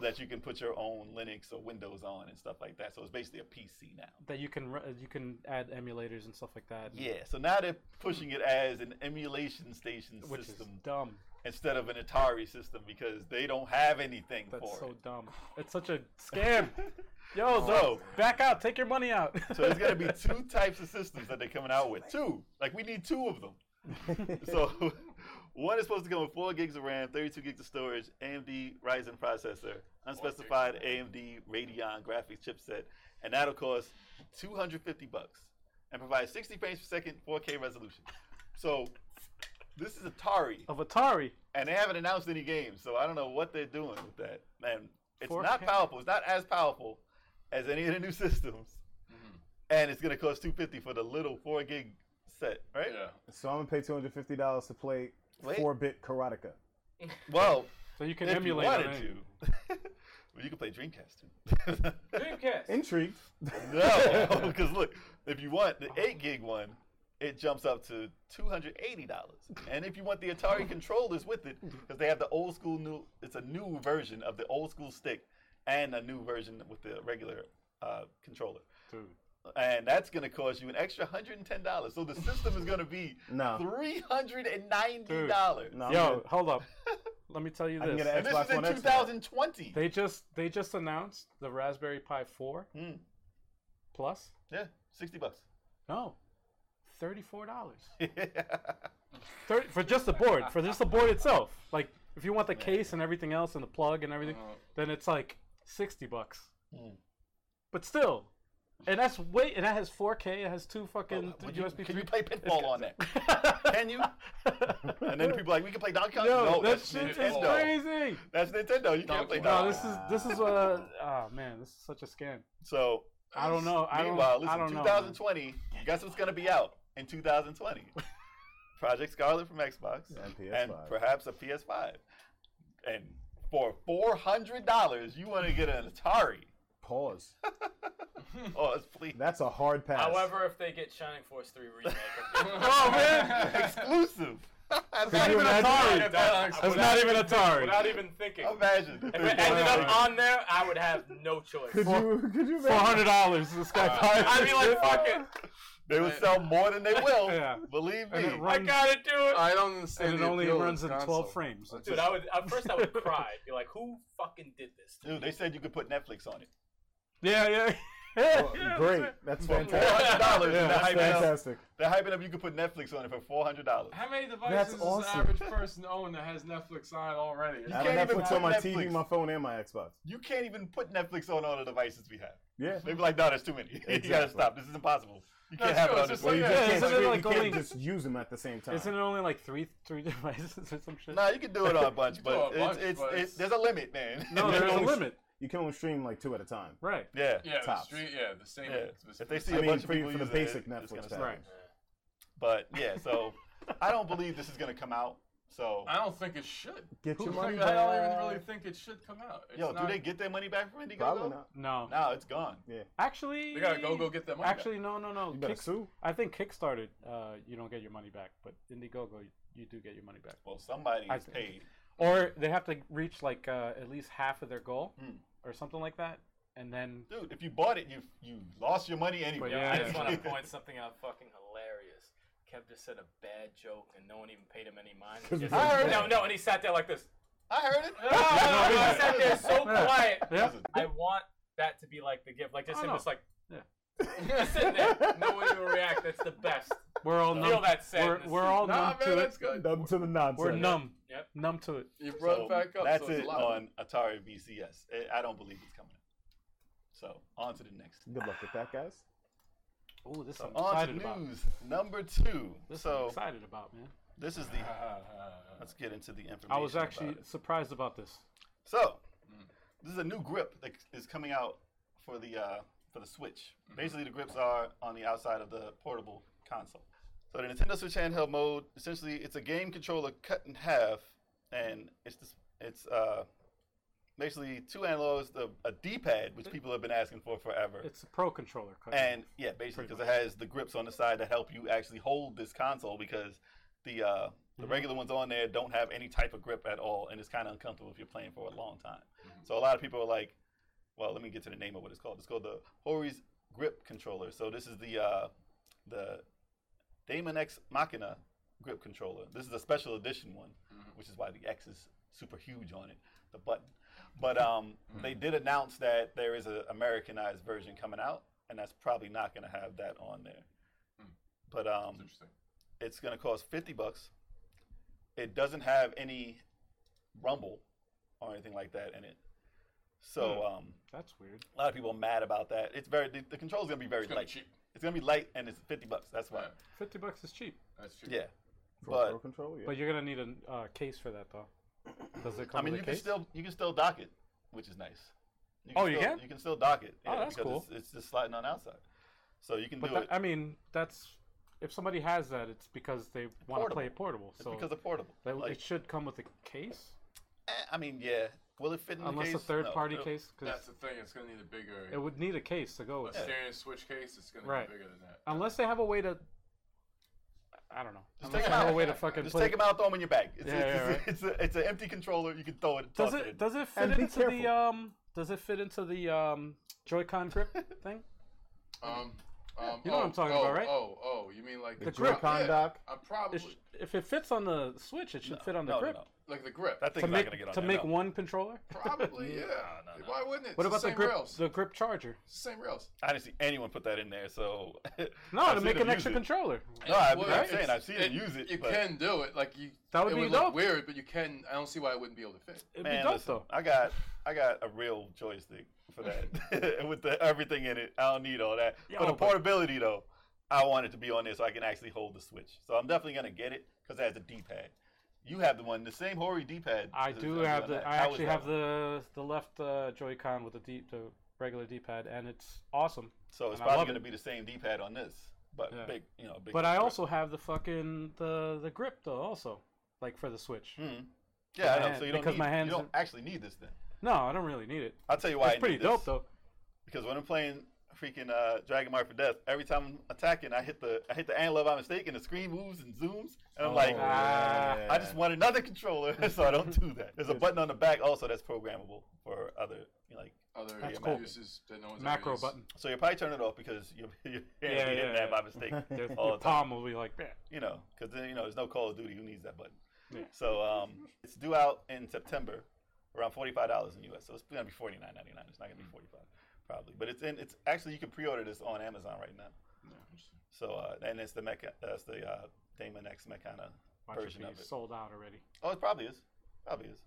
S3: that you can put your own Linux or Windows on and stuff like that. So it's basically a PC now.
S5: that you can ru- you can add emulators and stuff like that.
S3: Yeah. So now they're pushing it as an emulation station
S5: Which is
S3: system
S5: dumb.
S3: instead of an Atari system because they don't have anything
S5: That's
S3: for
S5: so
S3: it.
S5: dumb. It's such a scam. Yo,
S3: So-
S5: so back out. Take your money out.
S3: So there's gonna be two types of systems that they're coming out with. Two. Like we need two of them. so one is supposed to come with four gigs of RAM, 32 gigs of storage, AMD Ryzen processor, unspecified AMD Radeon graphics chipset, and that'll cost 250 bucks and provide 60 frames per second, 4K resolution. So this is Atari,
S5: of Atari.
S3: and they haven't announced any games, so I don't know what they're doing with that. And it's not
S5: 4K.
S3: powerful. It's not as powerful as any of the new systems and it's gonna cost two fifty for the little four gig set, right?
S2: Yeah.
S6: So I'm gonna pay two hundred fifty dollars to play
S3: Wait.
S6: four bit karateka.
S3: Well,
S5: So you can
S3: if you
S5: emulate. on
S3: wanted
S5: any-
S3: to, well, you can play Dreamcast too.
S4: Dreamcast.
S6: Intrigued.
S3: No, because look, if you want the eight gig one, it jumps up to two hundred eighty dollars, and if you want the Atari controllers with it, because they have the old school new, it's a new version of the old school stick and a new version with the regular uh, controller,
S5: Dude.
S3: and that's gonna cost you an extra hundred and ten dollars. So the system is gonna be
S6: No.
S3: three hundred and ninety dollars.
S6: No, I'm
S5: Yo,
S6: good.
S5: hold up. Let me tell you
S6: I can
S5: this.
S6: get
S3: And this
S6: Xbox
S3: is in
S6: One X now.
S3: 2020.
S5: They just they just announced the Raspberry Pi 4
S3: Hmm.
S5: Plus.
S3: Yeah, sixty bucks.
S5: No, thirty-four dollars. Thirty for just the board, for just the board itself. Like if you want the case and everything else and the plug and everything,
S2: Uh,
S5: then it's like sixty bucks. But still, and that's wait, and that has 4K. It has two fucking
S3: Oh, Would you-
S5: USB
S3: can you play
S5: 3.
S3: pinball on that? Can you? And then people are like, we can play Donkey Kong.
S5: Yo,
S3: no,
S5: that
S3: that's
S5: shit is
S3: Nintendo.
S5: crazy.
S3: That's Nintendo. You can't
S2: Donkey
S3: play
S2: Kong.
S5: No,
S3: Donkey
S5: this
S3: Kong.
S5: is this is a oh man, this is such a scam.
S3: So
S5: I don't know. I don't.
S3: meanwhile, listen,
S5: I don't know. man.
S3: 2020. Guess what's gonna be out in 2020? Project Scarlet from Xbox
S6: And
S3: and
S6: PS5.
S3: perhaps a PS5. And for four hundred dollars, you want to get an Atari?
S6: Pause.
S3: Oh, it's please.
S6: That's a hard pass.
S4: However, if they get Shining Force 3 remake, I'm doing it.
S3: Oh man, exclusive. That's not
S5: you
S3: even
S5: imagine?
S3: Atari.
S4: If that-
S5: That's not even Atari.
S4: without even thinking. If
S3: Imagine.
S4: it ended up on there, I would have no choice.
S6: could you could you
S5: Four
S6: imagine-
S5: hundred dollars. This guy.
S4: I'd be like, fuck it,
S3: They will sell more than they will.
S5: Yeah.
S3: Believe
S5: And
S3: me.
S5: it
S4: I
S5: runs-
S4: gotta do it.
S2: I don't understand.
S5: and it
S2: the
S5: only
S2: appeal of
S5: runs in
S2: this console.
S5: 12 frames.
S4: Dude, I would at first I would cry. Be like, who fucking did this? to me?
S3: Dude, they said you could put Netflix on it.
S5: Yeah, yeah. yeah.
S6: Great. That's
S3: For four
S6: fantastic.
S3: hundred dollars, they're
S5: Yeah, that's
S3: hyping up.
S6: Fantastic.
S3: They're hyping up. You could put Netflix on it for four hundred dollars.
S2: How many devices
S6: That's
S2: does
S6: awesome.
S2: the average person own that has Netflix on it already? It's
S6: I
S3: can't
S6: have
S3: even
S6: Netflix
S3: put
S6: on my
S3: Netflix.
S6: TV, my phone, and my Xbox.
S3: You can't even put Netflix on all the devices we have.
S6: Yeah.
S3: They'd be like, "No, that's too many. you gotta
S6: Exactly.
S3: stop. This is impossible. You can't
S2: That's
S3: have
S2: true,
S3: it on
S2: it's
S3: this
S2: just like
S3: one."
S6: You
S2: Yeah,
S6: can't,
S5: isn't it
S6: you
S5: like
S6: can't
S5: only-
S6: just use them at the same time.
S5: Isn't it only like three three devices or some shit?
S3: Nah, you can do it on a bunch,
S2: do it
S3: but
S2: on a bunch,
S3: it's, it's,
S2: but
S3: it's
S2: it's-
S3: there's a limit, man.
S5: no, there's a
S6: only-
S5: limit.
S6: You can only stream like two at a time.
S5: Right.
S3: yeah, yeah.
S2: Yeah, the
S6: Tops.
S2: street. Yeah, the same.
S3: If they see
S6: I
S3: a
S6: mean,
S3: bunch
S6: for,
S3: of people
S6: for the
S3: using it,
S6: basic
S3: it's
S6: Netflix
S3: gonna
S6: package.
S3: stop.
S5: Right.
S3: But yeah, so I don't believe this is gonna come out. So
S2: I don't think it should.
S6: Get your
S2: I
S6: money
S2: don't
S6: back.
S2: even really think it should come out. It's
S3: yo,
S2: not,
S3: do they get their money back from Indiegogo?
S6: Probably not.
S5: No.
S3: No, it's gone.
S5: Actually.
S2: They gotta go go get that money.
S5: Actually, no, no, no.
S6: You better
S5: Kicks-
S6: sue.
S5: I think Kickstarter, uh, you don't get your money back, but Indiegogo, you, you do get your money back.
S3: Well, somebody
S5: I
S3: is
S5: think-
S3: paid.
S5: Or they have to reach like uh, at least half of their goal
S3: Hmm.
S5: or something like that, and then
S3: Dude, if you bought it, you you lost your money anyway.
S5: But
S4: Yo, I just
S5: Yeah.
S4: want to point something out fucking hilarious. Kev just said a bad joke and no one even paid him any mind. He just-
S6: I heard
S4: no,
S3: it.
S4: no, and he sat there like this.
S3: I heard it.
S4: No, no, no, he sat there so
S5: Yeah.
S4: quiet.
S5: yeah,
S3: Listen,
S4: I want that to be like the gift. Like just
S5: Oh,
S4: him
S5: no.
S4: just like
S5: Yeah.
S4: just sitting there. No one even react. That's the best.
S5: we're all
S4: Feel
S5: numb.
S4: that
S5: We're,
S4: sadness.
S5: we're all
S2: Nah,
S5: numb
S2: man,
S5: to it.
S2: that's good.
S6: Dumb to the nonsense.
S5: We're numb.
S4: Yep.
S5: Numb to it.
S2: You brought
S3: so
S2: it back up.
S3: That's
S2: so it's
S3: it
S2: live.
S3: on Atari VCS. I- I don't believe it's coming out. So on to the next.
S6: Good luck with that, guys.
S5: Ooh, this
S3: So
S5: I'm
S3: on to
S5: excited
S3: news
S5: about.
S3: number two.
S5: This I'm
S3: so
S5: excited about, man.
S3: this is the. Let's get into the information.
S5: I was
S3: about
S5: actually
S3: it.
S5: surprised about this.
S3: So this is a new grip that is coming out for the uh, for the Switch. Basically, the grips are on the outside of the portable console. So the Nintendo Switch handheld mode, essentially, it's a game controller cut in half, and it's this, it's uh, basically two analogs, the, a D-pad, which people have been asking for forever.
S5: It's a pro controller. cut.
S3: And yeah, basically because it has the grips on the side that help you actually hold this console because the uh, the regular ones on there don't have any type of grip at all, and it's kind of uncomfortable if you're playing for a long time. So a lot of people are like, well, let me get to the name of what it's called. It's called the Hori's Grip Controller. So this is the uh, the Daemon X Machina grip controller. This is a special edition one,
S2: Mm-hmm.
S3: which is why the X is super huge on it, the button. But um,
S2: Mm-hmm.
S3: they did announce that there is an Americanized version coming out, and that's probably not going to have that on there. But um,
S2: Hmm. Interesting.
S3: it's going to cost 50 bucks. It doesn't have any rumble or anything like that in it. So
S2: Hmm.
S3: um,
S5: That's weird.
S3: a lot of people are mad about that. It's very the, the control's going to be very
S2: gonna be
S3: light.
S2: cheap.
S3: It's going to be light, and it's 50 bucks. That's why.
S2: Yeah,
S5: Fifty bucks is cheap,
S2: that's true.
S3: Yeah.
S6: For
S3: But-
S6: pro controller, yeah.
S5: but you're gonna need a uh, case for that though. Does it come
S3: I mean,
S5: with
S3: you
S5: a
S3: can
S5: case?
S3: still you can still dock it, which is nice.
S5: Oh, you
S3: still-
S5: can?
S3: You can still dock it.
S5: Oh, that's
S3: because
S5: cool.
S3: It's, it's just sliding on outside, so you can
S5: but
S3: do
S5: that,
S3: it.
S5: I mean, that's if somebody has that, it's because they want to play it portable.
S3: It's
S5: So
S3: because of portable.
S5: that-
S3: Like,
S5: it should come with a case,
S3: eh, I mean, yeah. Will it fit in
S5: unless
S3: the
S5: a
S3: case?
S5: third
S3: No.
S5: party
S3: It'll-
S5: case,
S2: That's
S5: because
S2: the thing. It's gonna need a bigger.
S5: it would need a case to go
S2: a
S5: with it.
S2: standard Switch case. It's gonna
S5: Right.
S2: be bigger than that.
S5: Unless they have a way to, I don't know.
S3: Just
S5: unless
S3: take
S5: they
S3: 'em
S5: have
S3: out.
S5: a way to fucking
S3: Just
S5: play.
S3: take them out, throw them in your bag. It's,
S5: Yeah,
S3: it's, it's, a, it's an empty controller. You can throw it. and
S5: does
S3: toss
S5: it does it fit
S6: And be
S5: into the
S6: careful.
S5: um? Does it fit into the um Joy-Con grip thing?
S2: Um, um,
S5: You
S2: oh,
S5: know what I'm talking
S2: oh,
S5: about, right?
S2: Oh, oh, you mean like
S5: The grip.
S6: Joy-Con dock.
S2: I
S5: It
S2: probably
S5: sh- if it fits on the Switch, it should fit on the
S3: no, no,
S5: grip.
S3: no.
S2: like the grip.
S3: That
S5: To
S3: thing's not
S5: make
S3: gonna get on
S5: to
S3: there,
S5: make
S3: no.
S5: one controller.
S2: Probably, yeah.
S3: no, no.
S2: Why wouldn't it?
S5: What
S2: It's
S5: about
S2: the
S5: the
S2: same
S5: grip
S2: rails?
S5: the grip charger?
S2: Same rails.
S3: I didn't see anyone put that in there. So
S5: No,
S3: I've
S5: to
S3: seen
S5: make
S3: them
S5: an
S3: use
S5: extra
S3: it.
S5: controller.
S3: No, I'm
S2: Well,
S3: not
S2: it's-
S3: saying I've seen them use it.
S2: You
S3: but-
S2: can do it. Like you,
S5: That would
S2: it
S5: be
S2: would
S5: dope.
S2: look weird, but you can. I don't see why it wouldn't be able to fit.
S5: It'd
S3: Man,
S5: be dope
S3: listen,
S5: though.
S3: I got I got a real joystick for that with the, everything in it. I don't need all that.
S5: Yo,
S3: but the
S5: oh, but-
S3: portability though, I want it to be on there so I can actually hold the switch. So I'm definitely gonna get it because it has a D-pad. You have the one, the same Hori D-pad.
S5: I
S3: as
S5: do
S3: on
S5: have the.
S3: that.
S5: I
S3: How is
S5: actually
S3: that
S5: have
S3: one?
S5: the the left uh, Joy-Con with the D, the regular D-pad, and it's awesome.
S3: So it's
S5: and I love
S3: probably gonna
S5: it.
S3: be the same D-pad on this, but
S5: Yeah.
S3: big, you know, big.
S5: But I
S3: grip.
S5: also have the fucking the the grip though, also like for the Switch.
S3: Mhm. yeah, I know.
S5: hand-
S3: So you don't
S5: because
S3: need,
S5: my hands
S3: you don't
S5: are-
S3: actually need this then.
S5: No, I don't really need it.
S3: I'll tell you why. I
S5: it's
S3: need
S5: pretty
S3: this.
S5: dope though.
S3: because when I'm playing freaking uh, Dragon Mark for Death, every time I'm attacking, I hit the I hit the analog by mistake, and the screen moves and zooms, and I'm like,
S5: Ah.
S3: I just want another controller, so I don't do that. There's a
S6: Yes.
S3: button on the back also that's programmable for other you know, like.
S2: Other
S3: That's
S2: cool.
S3: cool.
S2: uses that no one's ever
S5: Macro
S2: used.
S5: button.
S3: So you probably turn it off because your your hands
S5: Yeah,
S3: be hitting
S5: yeah,
S3: that
S5: yeah.
S3: by mistake
S5: Your,
S3: all
S5: your
S3: the time.
S5: palm will be like, "Bleh."
S3: You know, because then you know there's no Call of Duty who needs that button.
S5: Yeah.
S3: So um, it's due out in September, around forty five dollars in US. So it's gonna be forty nine ninety nine. It's not gonna
S5: Mm.
S3: be forty five probably, but it's in. It's actually you can pre order this on Amazon right now.
S2: Yeah, interesting.
S3: So uh, and it's the Mecha, that's the uh, Damon X Mechana
S5: Watch it
S3: version
S5: be
S3: of it.
S5: sold out already.
S3: Oh, it probably is, probably is.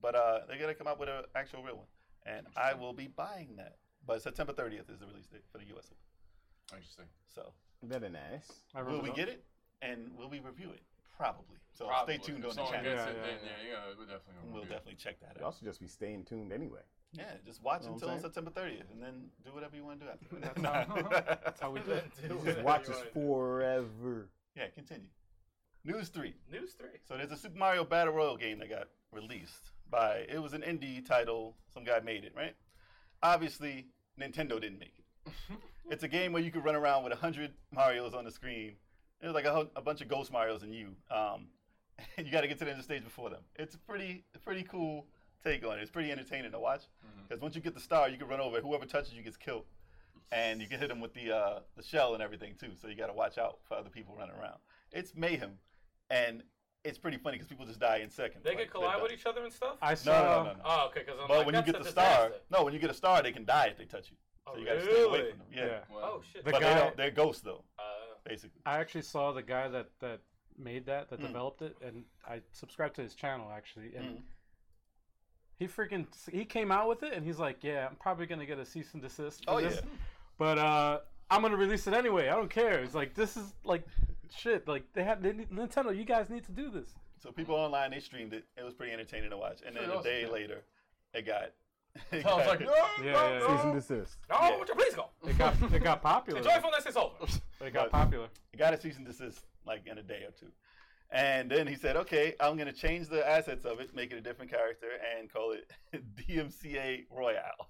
S3: But uh, they're gonna come out with an actual real one, and I will be buying that. But September 30th is the release date for the U.S. Open.
S2: Interesting.
S3: So
S6: That ain't nice.
S5: I
S3: will
S5: remember
S3: we
S5: that.
S3: get it, and will we review it? Probably. So
S2: Probably.
S3: stay tuned
S2: If
S3: on the
S2: someone
S3: channel.
S2: Gets
S5: Yeah,
S2: it,
S5: yeah,
S2: then, yeah,
S5: yeah.
S2: yeah, we're definitely gonna
S3: We'll
S2: review it.
S3: definitely check that
S6: Y'all
S3: out.
S6: should just be staying tuned anyway.
S3: Yeah, just watch
S6: Know what
S3: until
S6: I'm saying?
S3: September 30th, and then do whatever you want to do after.
S5: That's
S3: Nah.
S5: how- That's how we do it.
S6: Just watch us forever.
S3: yeah, continue. News three.
S4: News three.
S3: So there's a Super Mario Battle Royale game that got released by it was an indie title. Some guy made it, right? Obviously, Nintendo didn't make it. it's a game where you could run around with hundred Mario's on the screen. It was like a, hu- a bunch of Ghost Mario's and you. Um, and you got to get to the end of the stage before them. It's a pretty, a pretty cool take on it. It's pretty entertaining to watch
S2: Mm-hmm.
S3: because once you get the star, you can run over. Whoever touches you gets killed, and you can hit them with the uh, the shell and everything too. So you got to watch out for other people running around. It's mayhem, and it's pretty funny because people just die in seconds.
S4: They
S3: Like,
S4: could collide
S3: they're
S4: with
S3: done.
S4: each other and stuff.
S5: I
S3: No,
S5: saw.
S3: no, no, no. no.
S4: Oh, okay. Because I'm
S3: But
S4: like,
S3: when you
S4: that's
S3: get
S4: a
S3: the star,
S4: disaster.
S3: no, when you get a star, they can die if they touch you. So
S4: Oh,
S3: you got to stay away
S4: really?
S3: from them. Yeah.
S5: Yeah.
S2: Well,
S4: Oh shit.
S5: The
S3: But they
S5: guy-
S3: don't, they're ghosts though,
S4: Uh,
S3: basically.
S5: I actually saw the guy that that made that
S3: Hmm.
S5: that developed it, and I subscribed to his channel actually, and he freaking he came out with it, and he's like, "Yeah, I'm probably gonna get a cease and desist for
S3: Oh,
S5: this,
S3: yeah.
S5: but uh, I'm gonna release it anyway. I don't care. It's like this is like shit. Like they had they need, Nintendo. You guys need to do this.
S3: So people online they streamed it. It was pretty entertaining to watch. And then
S2: Sure,
S3: a day
S2: yeah.
S3: later, it got. It
S2: I was like, no,
S5: Yeah,
S2: no,
S5: yeah,
S2: no.
S6: Cease and desist.
S4: no, would you please go?
S5: It got it got popular.
S4: The joyfulness is over.
S5: It got popular.
S3: He got a cease and desist like in a day or two. And then he said, okay, I'm going to change the assets of it, make it a different character, and call it DMCA Royale.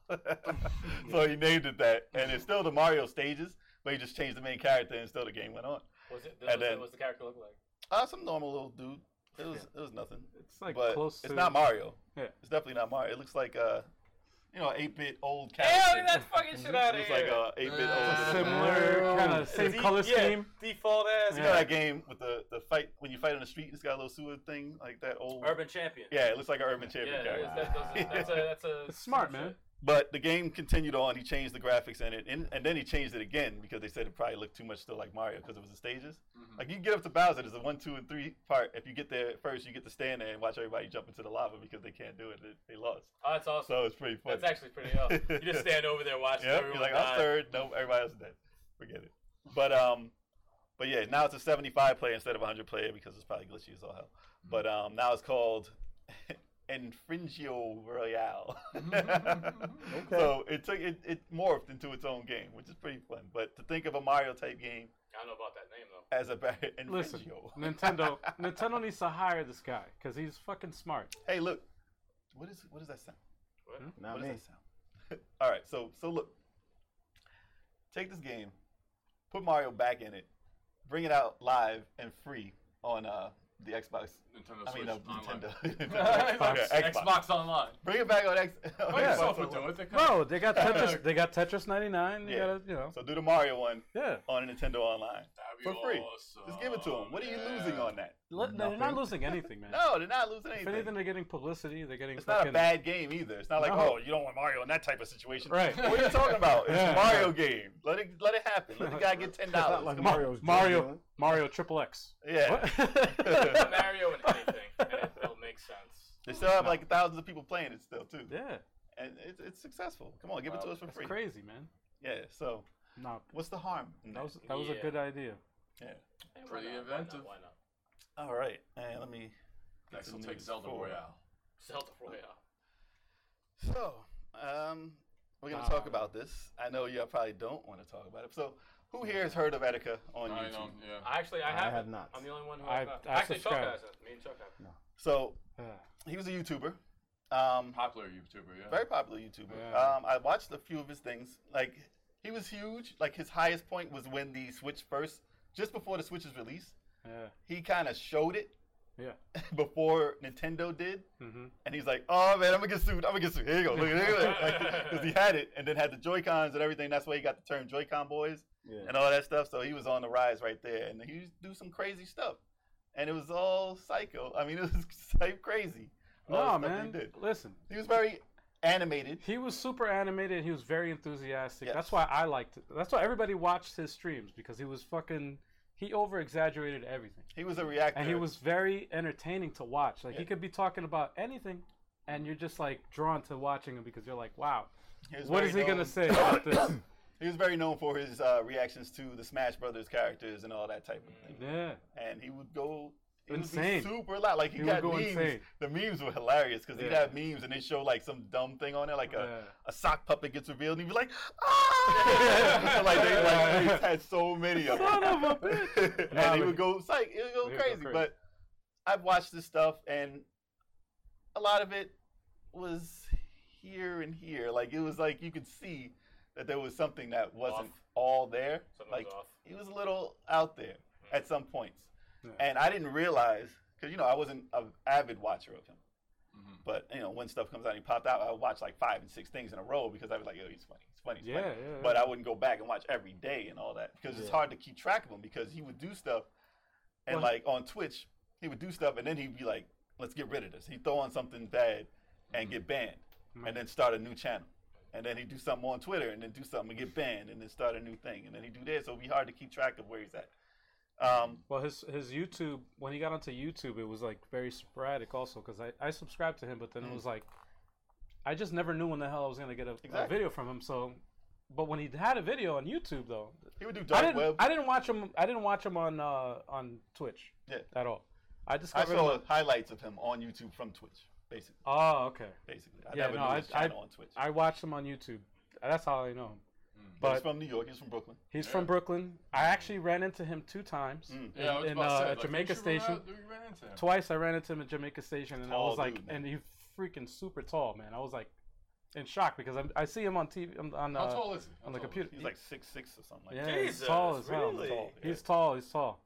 S3: so he named it that. And it's still the Mario stages, but he just changed the main character and still the game went on.
S4: Was it?
S3: And
S4: What
S3: then-
S4: was the character look like?
S3: Uh, some normal little dude. It was, it was nothing.
S5: It's like
S3: but
S5: close.
S3: it's
S5: to,
S3: not Mario.
S5: Yeah.
S3: It's definitely not Mario. It looks like a, you know, 8 bit old
S4: Hell,
S3: character.
S4: get that fucking shit out
S3: it
S4: of
S3: looks
S4: here.
S3: like a 8 bit old.
S5: similar kind of same
S4: De-
S5: color
S4: yeah,
S5: scheme.
S4: Default ass.
S3: You know that game with the, the fight when you fight on the street? It's got a little sewer thing like that old.
S4: Urban champion.
S3: Yeah, it looks like an urban champion
S4: Yeah,
S3: character.
S4: that, that, doesn't- that's a that's a.
S5: It's smart,
S4: some
S5: man.
S3: But the game continued on. He changed the graphics in it, and, and then he changed it again because they said it probably looked too much still like Mario because it was the stages.
S4: Mm-hmm.
S3: Like you can get up to Bowser, there's a one, two, and three part. If you get there first, you get to stand there and watch everybody jump into the lava because they can't do it. They, they lost,
S4: Oh, that's awesome.
S3: so it's pretty funny.
S4: That's actually pretty awesome. You just stand over there watching
S3: Yep,
S4: everyone
S3: you're like,
S4: die.
S3: I'm third. Nope, everybody else is dead. Forget it. But um, but yeah, now it's a 75 player instead of 100 player because it's probably glitchy as all hell. But um, now it's called and Fringio Royale. So it took it, it morphed into its own game, which is pretty fun. But to think of a Mario type game
S4: I don't know about that name though.
S3: as a ba- and
S5: Listen,
S3: Fringio.
S5: Nintendo, Nintendo needs to hire this guy because he's fucking smart.
S3: Hey, look, what is what does that sound?
S6: Not
S3: what
S6: me.
S3: does that sound? All right, so so look, take this game, put Mario back in it, bring it out live and free on uh, the Xbox.
S2: Nintendo
S3: I
S2: Switch
S3: mean, uh,
S2: Online.
S3: Nintendo. Xbox.
S2: Xbox, Xbox Oh, Online.
S3: Bring it back on X. on
S2: Put
S3: Xbox
S2: yourself
S3: One.
S2: into it. They come-
S5: Bro, they got Tetris. they got Tetris 99. They
S3: Yeah.
S5: got you know.
S3: So do the Mario one
S5: Yeah.
S3: on Nintendo Online
S2: That'd be
S3: for free.
S2: awesome,
S3: Just give it to them. What are you losing
S2: Oh, yeah.
S3: on that?
S5: Let- they're not
S6: Nothing.
S5: losing anything, man.
S3: No, they're not losing
S5: if
S3: anything.
S5: anything, they're getting publicity. They're getting
S3: it's
S5: fucking.
S3: not a bad game either. It's not like,
S5: No.
S3: oh, you don't want Mario in that type of situation.
S5: Right.
S3: What are you talking about? It's
S5: Yeah.
S3: a Mario game. Let it let it happen. Let the guy get ten dollars.
S6: Not like Mario's
S5: Mario, Mario Triple X.
S3: Yeah.
S5: What?
S4: Mario and anything, and it, it'll make sense.
S3: They still have like thousands of people playing it still too,
S5: yeah,
S3: and it's, it's successful. Come on, give it to
S4: Wow,
S3: us for
S5: that's
S3: free.
S5: crazy, man.
S3: Yeah. So
S5: No,
S3: what's the harm? in
S5: that
S3: that?
S5: was that was a
S4: Yeah.
S5: good idea.
S3: yeah.
S4: Hey, why
S2: Pretty
S4: not?
S2: inventive.
S4: Why not?
S3: All right. And let me. get
S2: Next,
S3: to
S2: we'll take
S3: news
S2: Zelda
S3: four.
S2: Royale.
S4: Zelda Royale.
S3: So um, we're gonna
S5: Ah.
S3: talk about this. I know y'all probably don't want to talk about it. So who here has heard of Etika on
S2: I
S3: YouTube?
S2: don't. Yeah.
S4: I actually, I
S6: I
S4: haven't.
S6: have not.
S4: I'm the only one who
S5: I-
S4: has not.
S5: I
S4: actually, Chuck
S5: subscribe.
S4: has it. Me and Chuck have. it.
S3: So
S5: Ah.
S3: he was a YouTuber. Um,
S2: Popular YouTuber. Yeah.
S3: very popular YouTuber.
S5: Yeah.
S3: Um, I watched a few of his things. Like he was huge. Like his highest point was when the Switch first, just before the Switch's release,
S5: Yeah,
S3: he kind of showed it
S5: yeah.
S3: before Nintendo did,
S5: Mm-hmm.
S3: and he's like, "Oh man, I'm gonna get sued. I'm gonna get sued." Here you go, look at it, because he had it, and then had the Joy Cons and everything. That's why he got the term Joy Con boys
S6: Yeah.
S3: and all that stuff. So he was on the rise right there, and he used to do some crazy stuff, and it was all psycho. I mean, it was like crazy. all
S5: No,
S3: the stuff
S5: man.
S3: he did.
S5: Listen,
S3: He was very animated.
S5: he was super animated. He was very enthusiastic.
S3: Yes.
S5: That's why I liked it. That's why everybody watched his streams because he was fucking. He over exaggerated everything,
S3: He was a reactor.
S5: and he was very entertaining to watch. Like he
S3: Yeah.
S5: could be talking about anything, and you're just like drawn to watching him because you're like, wow,
S3: he was
S5: what
S3: very
S5: is he gonna
S3: known-
S5: say about this?
S3: He was very known for his uh, reactions to the Smash Brothers characters and all that type of thing.
S5: yeah.
S3: and he would go he
S5: Insane.
S3: Would be super loud. Like he,
S5: He would
S3: got
S5: go
S3: memes.
S5: insane.
S3: The memes were hilarious because he'd
S5: Yeah.
S3: have memes and they show like some dumb thing on it, like a,
S5: Yeah.
S3: a sock puppet gets revealed, and he'd be like, ah! like they like he's had so many of them.
S5: Son of a
S3: and
S5: Nah,
S3: he
S5: but-
S3: would go psych, he would go
S5: He'd go
S3: crazy.
S5: crazy.
S3: But I've watched this stuff, and a lot of it was here and here. Like it was like you could see that there was something that wasn't
S4: Off.
S3: all there.
S4: Something
S3: Like
S4: was off.
S3: he was a little out there at some points,
S5: Yeah.
S3: and I didn't realize because you know I wasn't an avid watcher of him.
S2: Mhm.
S3: But you know, when stuff comes out, and he popped out. I would watch like five and six things in a row because I was like, "Yo, he's funny, he's funny, he's
S5: Yeah,
S3: funny."
S5: yeah, yeah.
S3: But I wouldn't go back and watch every day and all that because it's hard to keep track of him because he would do stuff, and
S5: Well-
S3: like on Twitch, he would do stuff, and then he'd be like, "Let's get rid of this." He'd throw on something bad and
S5: Mm-hmm.
S3: get banned,
S5: Right.
S3: and then start a new channel, and then he'd do something on Twitter, and then do something and get banned, and then start a new thing, and then he'd do this. So it'd be hard to keep track of where he's at. Um,
S5: Well, his his YouTube when he got onto YouTube, it was like very sporadic also because I I subscribed to him, but then
S3: Mm.
S5: it was like I just never knew when the hell I was gonna get a, a
S3: Exactly.
S5: video from him. So, but when he had a video on YouTube though,
S3: he would do
S5: I
S3: dark
S5: didn't
S3: web.
S5: I didn't watch him I didn't watch him on uh on Twitch
S3: yeah,
S5: at all. I
S3: I
S5: discovered.
S3: saw
S5: him,
S3: highlights of him on YouTube from Twitch, basically.
S5: oh, okay.
S3: basically. I
S5: Yeah,
S3: never
S5: no,
S3: knew
S5: I-
S3: his
S5: I-
S3: channel on Twitch.
S5: I watched him on YouTube. That's how I know him.
S3: but he's
S5: But
S3: from New York. He's from Brooklyn.
S5: he's from Brooklyn. I actually ran into him two times.
S3: Mm.
S2: Yeah, I was
S5: in,
S2: about to
S5: uh,
S2: say,
S5: at
S2: like,
S5: Jamaica
S2: you should run
S5: Station.
S2: out- you ran into him.
S5: twice I ran into him at Jamaica Station, and I
S3: Tall
S5: was like,
S3: dude, man.
S5: and he's freaking super tall, man. I was like, in shock because I'm, I see him on TV on, on,
S2: How
S5: uh,
S2: tall is he? How
S5: on the
S2: tall is
S5: computer.
S3: He's like six six or something like
S5: yeah,
S3: that.
S5: he's tall as
S4: Jesus,
S5: hell.
S4: really?
S3: Tall, yeah.
S5: He's tall. He's tall.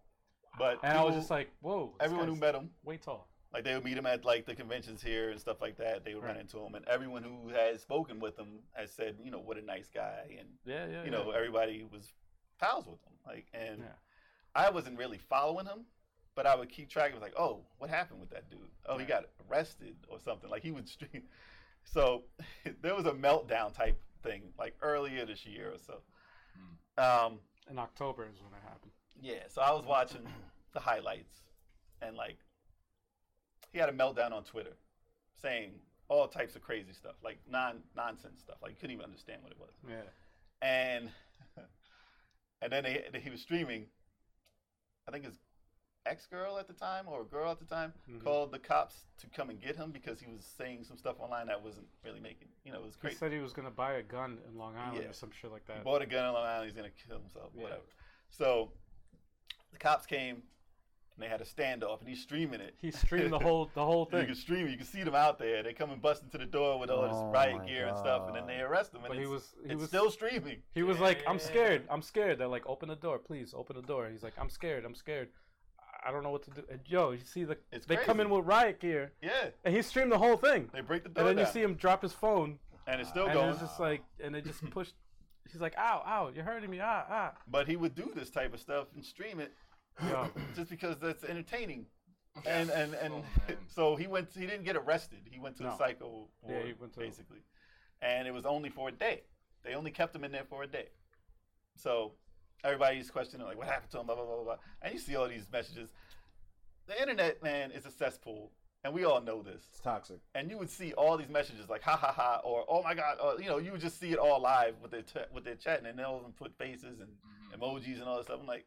S3: But
S5: And I was
S3: people-
S5: just like, whoa. this
S3: everyone who
S5: guy's
S3: met him,
S5: way tall.
S3: like they would meet him at like the conventions here and stuff like that. They would run
S5: Right.
S3: into him, and everyone who has spoken with him has said, you know, what a nice guy, and
S5: Yeah, yeah.
S3: you know, everybody was pals with him. Like, and
S5: Yeah.
S3: I wasn't really following him, but I would keep track. It was like, oh, what happened with that dude? Oh, he got arrested or something. Like he would stream. So there was a meltdown type thing like earlier this year or so.
S5: Hmm.
S3: Um,
S5: in October is when it happened.
S3: yeah, so I was watching the highlights, and like, he had a meltdown on Twitter, saying all types of crazy stuff, like non nonsense stuff. Like you couldn't even understand what it was.
S5: Yeah.
S3: And and then they, they- he was streaming. I think his ex girl at the time or a girl at the time
S5: Mhm.
S3: called the cops to come and get him because he was saying some stuff online that wasn't really making you know it was
S5: He
S3: crazy.
S5: said he was gonna buy a gun in Long Island
S3: Yeah.
S5: or some shit like
S3: He
S5: that.
S3: bought a gun on Long Island. He's gonna kill himself.
S5: Yeah.
S3: Whatever. So the cops came and they had a standoff, and he's streaming it.
S5: He streamed the whole the whole
S3: You
S5: thing,
S3: can stream. it. You can see them out there. They come and bust into the door with all this
S6: Oh
S3: riot
S6: my
S3: gear and stuff, and then they arrest him. And
S5: but he
S3: it's-
S5: was he
S3: it's
S5: was
S3: still streaming.
S5: He was like, I'm
S4: Yeah.
S5: scared. I'm scared. They're like, open the door, please, open the door. He's like, I'm scared. I'm scared. I- I don't know what to do. And yo, you see the
S3: It's
S5: they come in
S3: crazy.
S5: with riot gear,
S3: Yeah,
S5: and he streamed the whole thing.
S3: they break the
S5: And
S3: door
S5: then you
S3: down,
S5: see him drop his phone,
S3: and it's still
S5: and
S3: going.
S5: it's just like, and they just pushed. He's like, ow, ow, you're hurting me, ah, ah.
S3: But he would do this type of stuff and stream it
S5: Yo,
S3: just because that's entertaining. And and and
S2: Oh, man.
S3: so he went. He didn't get arrested. He went to a
S5: No.
S3: psycho ward,
S5: Yeah, he went to-
S3: basically, and it was only for a day. They only kept him in there for a day. So everybody's questioning like, what happened to him? Blah blah blah blah. blah. And you see all these messages. The internet, man, is a cesspool, and we all know this.
S6: It's toxic.
S3: And you would see all these messages like ha ha ha or oh my god, or you know, you would just see it all live with their t- with their chatting and they'll even put faces and
S2: Mhm.
S5: Mm-hmm.
S3: emojis and all this stuff. I'm like,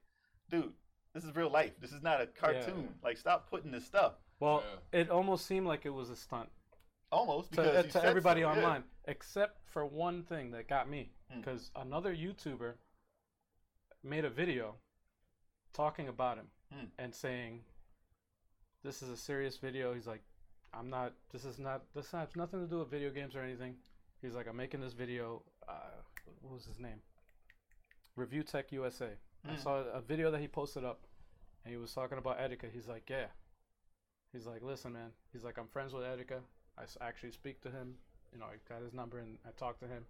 S3: dude, this is real life. This is not a cartoon. Like, stop putting this stuff.
S5: well, it almost seemed like it was a stunt
S3: Almost
S5: to,
S3: because
S5: uh,
S3: you
S5: to
S3: said
S5: everybody
S3: so, yeah.
S5: online, except for one thing that got me,
S3: Hmm.
S5: because another YouTuber made a video talking about him
S3: Hmm.
S5: and saying, "This is a serious video." He's like, "I'm not. This is not. This has nothing to do with video games or anything." He's like, "I'm making this video." Uh, what was his name? Review Tech USA. I
S3: Hmm.
S5: saw a video that he posted up, and he was talking about Etika. He's like, "Yeah." He's like, "Listen, man." He's like, "I'm friends with Etika. I s- actually speak to him. You know, I got his number and I talked to him.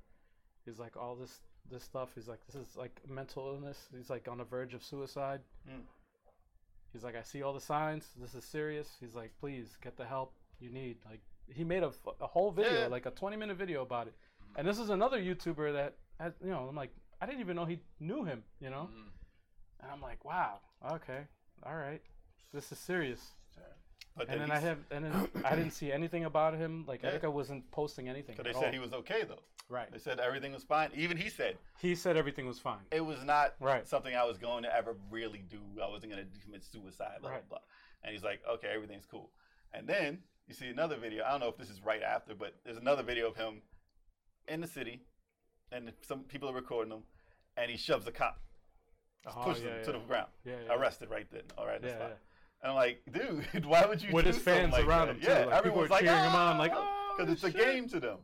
S5: He's like, all this this stuff. He's like, this is like mental illness. He's like on the verge of suicide.
S3: Mm.
S5: He's like, I see all the signs. This is serious. He's like, please get the help you need. Like, he made a, f- a whole video,
S3: Yeah.
S5: like a 20 minute video about it. And this is another YouTuber that, had, you know, I'm like, I didn't even know he knew him. You know,
S2: Mhm.
S3: Mm-hmm.
S5: and I'm like, wow, okay, all right, this is serious.
S3: But
S5: And then I
S3: he's-
S5: have, and then I didn't see anything about him. Like
S3: Yeah.
S5: Erica wasn't posting anything.
S3: But they
S5: at
S3: said
S5: all.
S3: he was okay though.
S5: right.
S3: They said everything was fine. Even he said
S5: He said everything was fine.
S3: it was not
S5: Right.
S3: something I was going to ever really do. I wasn't going to commit suicide. Blah
S5: Right.
S3: blah blah. And he's like, okay, everything's cool. And then you see another video. I don't know if this is right after, but there's another video of him in the city, and some people are recording him, and he shoves a cop,
S5: Oh,
S3: pushes
S5: yeah,
S3: him
S5: yeah.
S3: to the ground,
S5: Yeah, yeah.
S3: arrested right then. All right,
S5: Yeah,
S3: that's fine.
S5: yeah.
S3: And I'm like, dude, why would you
S5: With
S3: do
S5: his fans
S3: something like
S5: around
S3: that?
S5: him, too,
S3: Yeah,
S5: like, people
S3: everyone's
S5: are
S3: like,
S5: cheering him on, like,
S3: because
S5: "Oh,
S3: it's a
S5: shit."
S3: game to them.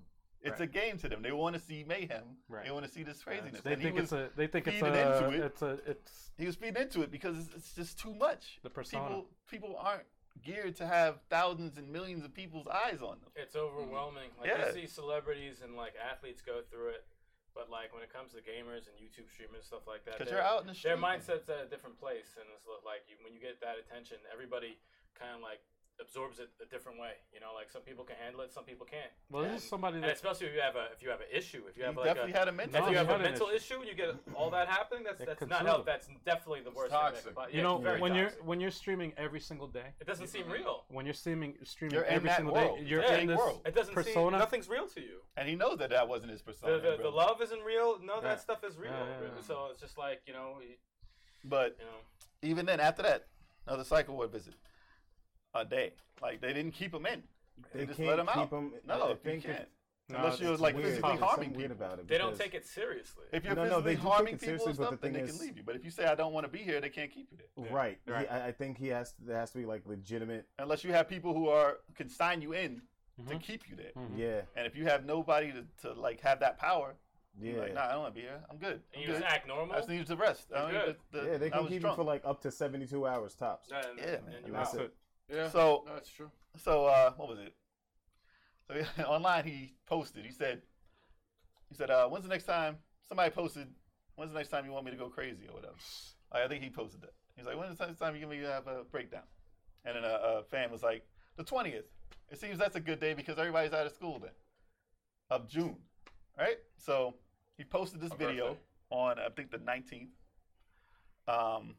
S3: It's a game to them. They want to see mayhem.
S5: Right.
S3: They want to see this craziness.
S5: They
S3: and he
S5: think
S3: was,
S5: it's a. They think it's
S3: feeding
S5: a.
S3: into it.
S5: It's a. It's
S3: he was feeding into it because it's, it's just too much.
S5: The persona.
S3: People, people aren't geared to have thousands and millions of people's eyes on them.
S4: It's overwhelming. Like
S3: Yeah.
S4: you see celebrities and like athletes go through it, but like when it comes to gamers and YouTube streamers and stuff like that,
S3: Because
S4: they're-
S3: you're out in the street.
S4: their mindset's at a different place, and it's li- like you, when you get that attention, everybody kind of like absorbs it a different way. You know, like some people can handle it, some people can't.
S5: well, this
S4: and,
S5: is somebody
S4: and
S5: that
S4: especially if you have a if you have an issue, if you
S3: He
S4: have like a
S3: definitely had a mental.
S5: No,
S4: if you
S5: he
S4: have a
S5: had an
S4: mental issue and you get all that happening, that's
S5: It
S4: that's
S5: consumes
S4: not help.
S5: them.
S4: That's definitely the worst. thing that-
S2: toxic.
S4: but yeah,
S5: you know
S4: it's very
S5: when
S4: toxic.
S5: you're when you're streaming every single day,
S4: it doesn't seem real.
S5: when you're streaming streaming
S3: You're in
S5: every
S3: that
S5: single
S3: world.
S5: day, you're
S4: Yeah.
S5: in this.
S3: World.
S4: It doesn't seem
S5: Persona?
S4: nothing's real to you.
S3: and he knows that that wasn't his
S4: the,
S3: persona.
S4: the, the
S3: Oh, really.
S4: love isn't real. None of
S5: Yeah.
S4: that stuff is real.
S5: Yeah, yeah, yeah.
S4: So it's just like you know, you,
S3: But
S4: you know,
S3: even then, after that, another psycho ward visit. A day. Like they didn't keep him in. They, just let him out.
S6: I
S3: No, you
S6: think it's
S3: can't.
S5: No,
S3: Unless
S5: it's
S3: you're like
S6: weird.
S3: physically harming
S6: There's something weird
S3: people.
S6: about it.
S4: they don't
S6: because-
S4: take it seriously.
S3: If you're
S6: No, no,
S3: physically
S6: they do take
S3: harming
S6: it
S3: people
S6: seriously,
S3: and
S6: but the
S3: stuff, then they
S6: thing
S3: can
S6: is-
S3: leave you. But if you say I don't want to be here, they can't keep you there.
S6: Right. He-
S5: Right.
S6: I, I think he has. There has to be like legitimate.
S3: Unless you have people who are can sign you in
S6: Mm-hmm.
S3: to
S5: Mhm.
S3: keep you there.
S4: Mm-hmm.
S5: Mhm.
S6: Yeah.
S3: And if you have nobody to, to like have that power,
S6: Yeah.
S3: you're like, nah, I don't want to be here. I'm good.
S4: And
S3: I'm
S4: you
S3: good.
S4: just
S3: I
S4: act normal.
S3: just need to rest. I don't
S4: You're
S3: need to- the-
S6: yeah. They
S3: I
S6: can
S3: was
S6: keep
S3: drunk.
S6: you for like up to seventy-two hours tops.
S4: Yeah, and-
S3: Yeah,
S4: and
S3: man.
S4: you're
S6: And that's
S4: out.
S6: it.
S2: Yeah.
S3: So-
S2: no, that's true.
S3: So uh, what was it? So online he posted. He said, he said, uh, when's the next time somebody posted? When's the next time you want me to go crazy or whatever? Like, I think he posted that. He's like, when's the next time you give me have a breakdown? And then a, a fan was like, the twentieth. It seems that's a good day because everybody's out of school then, of June, right? So he posted this
S2: Of
S3: video
S2: birthday.
S3: on I think the nineteenth. Um,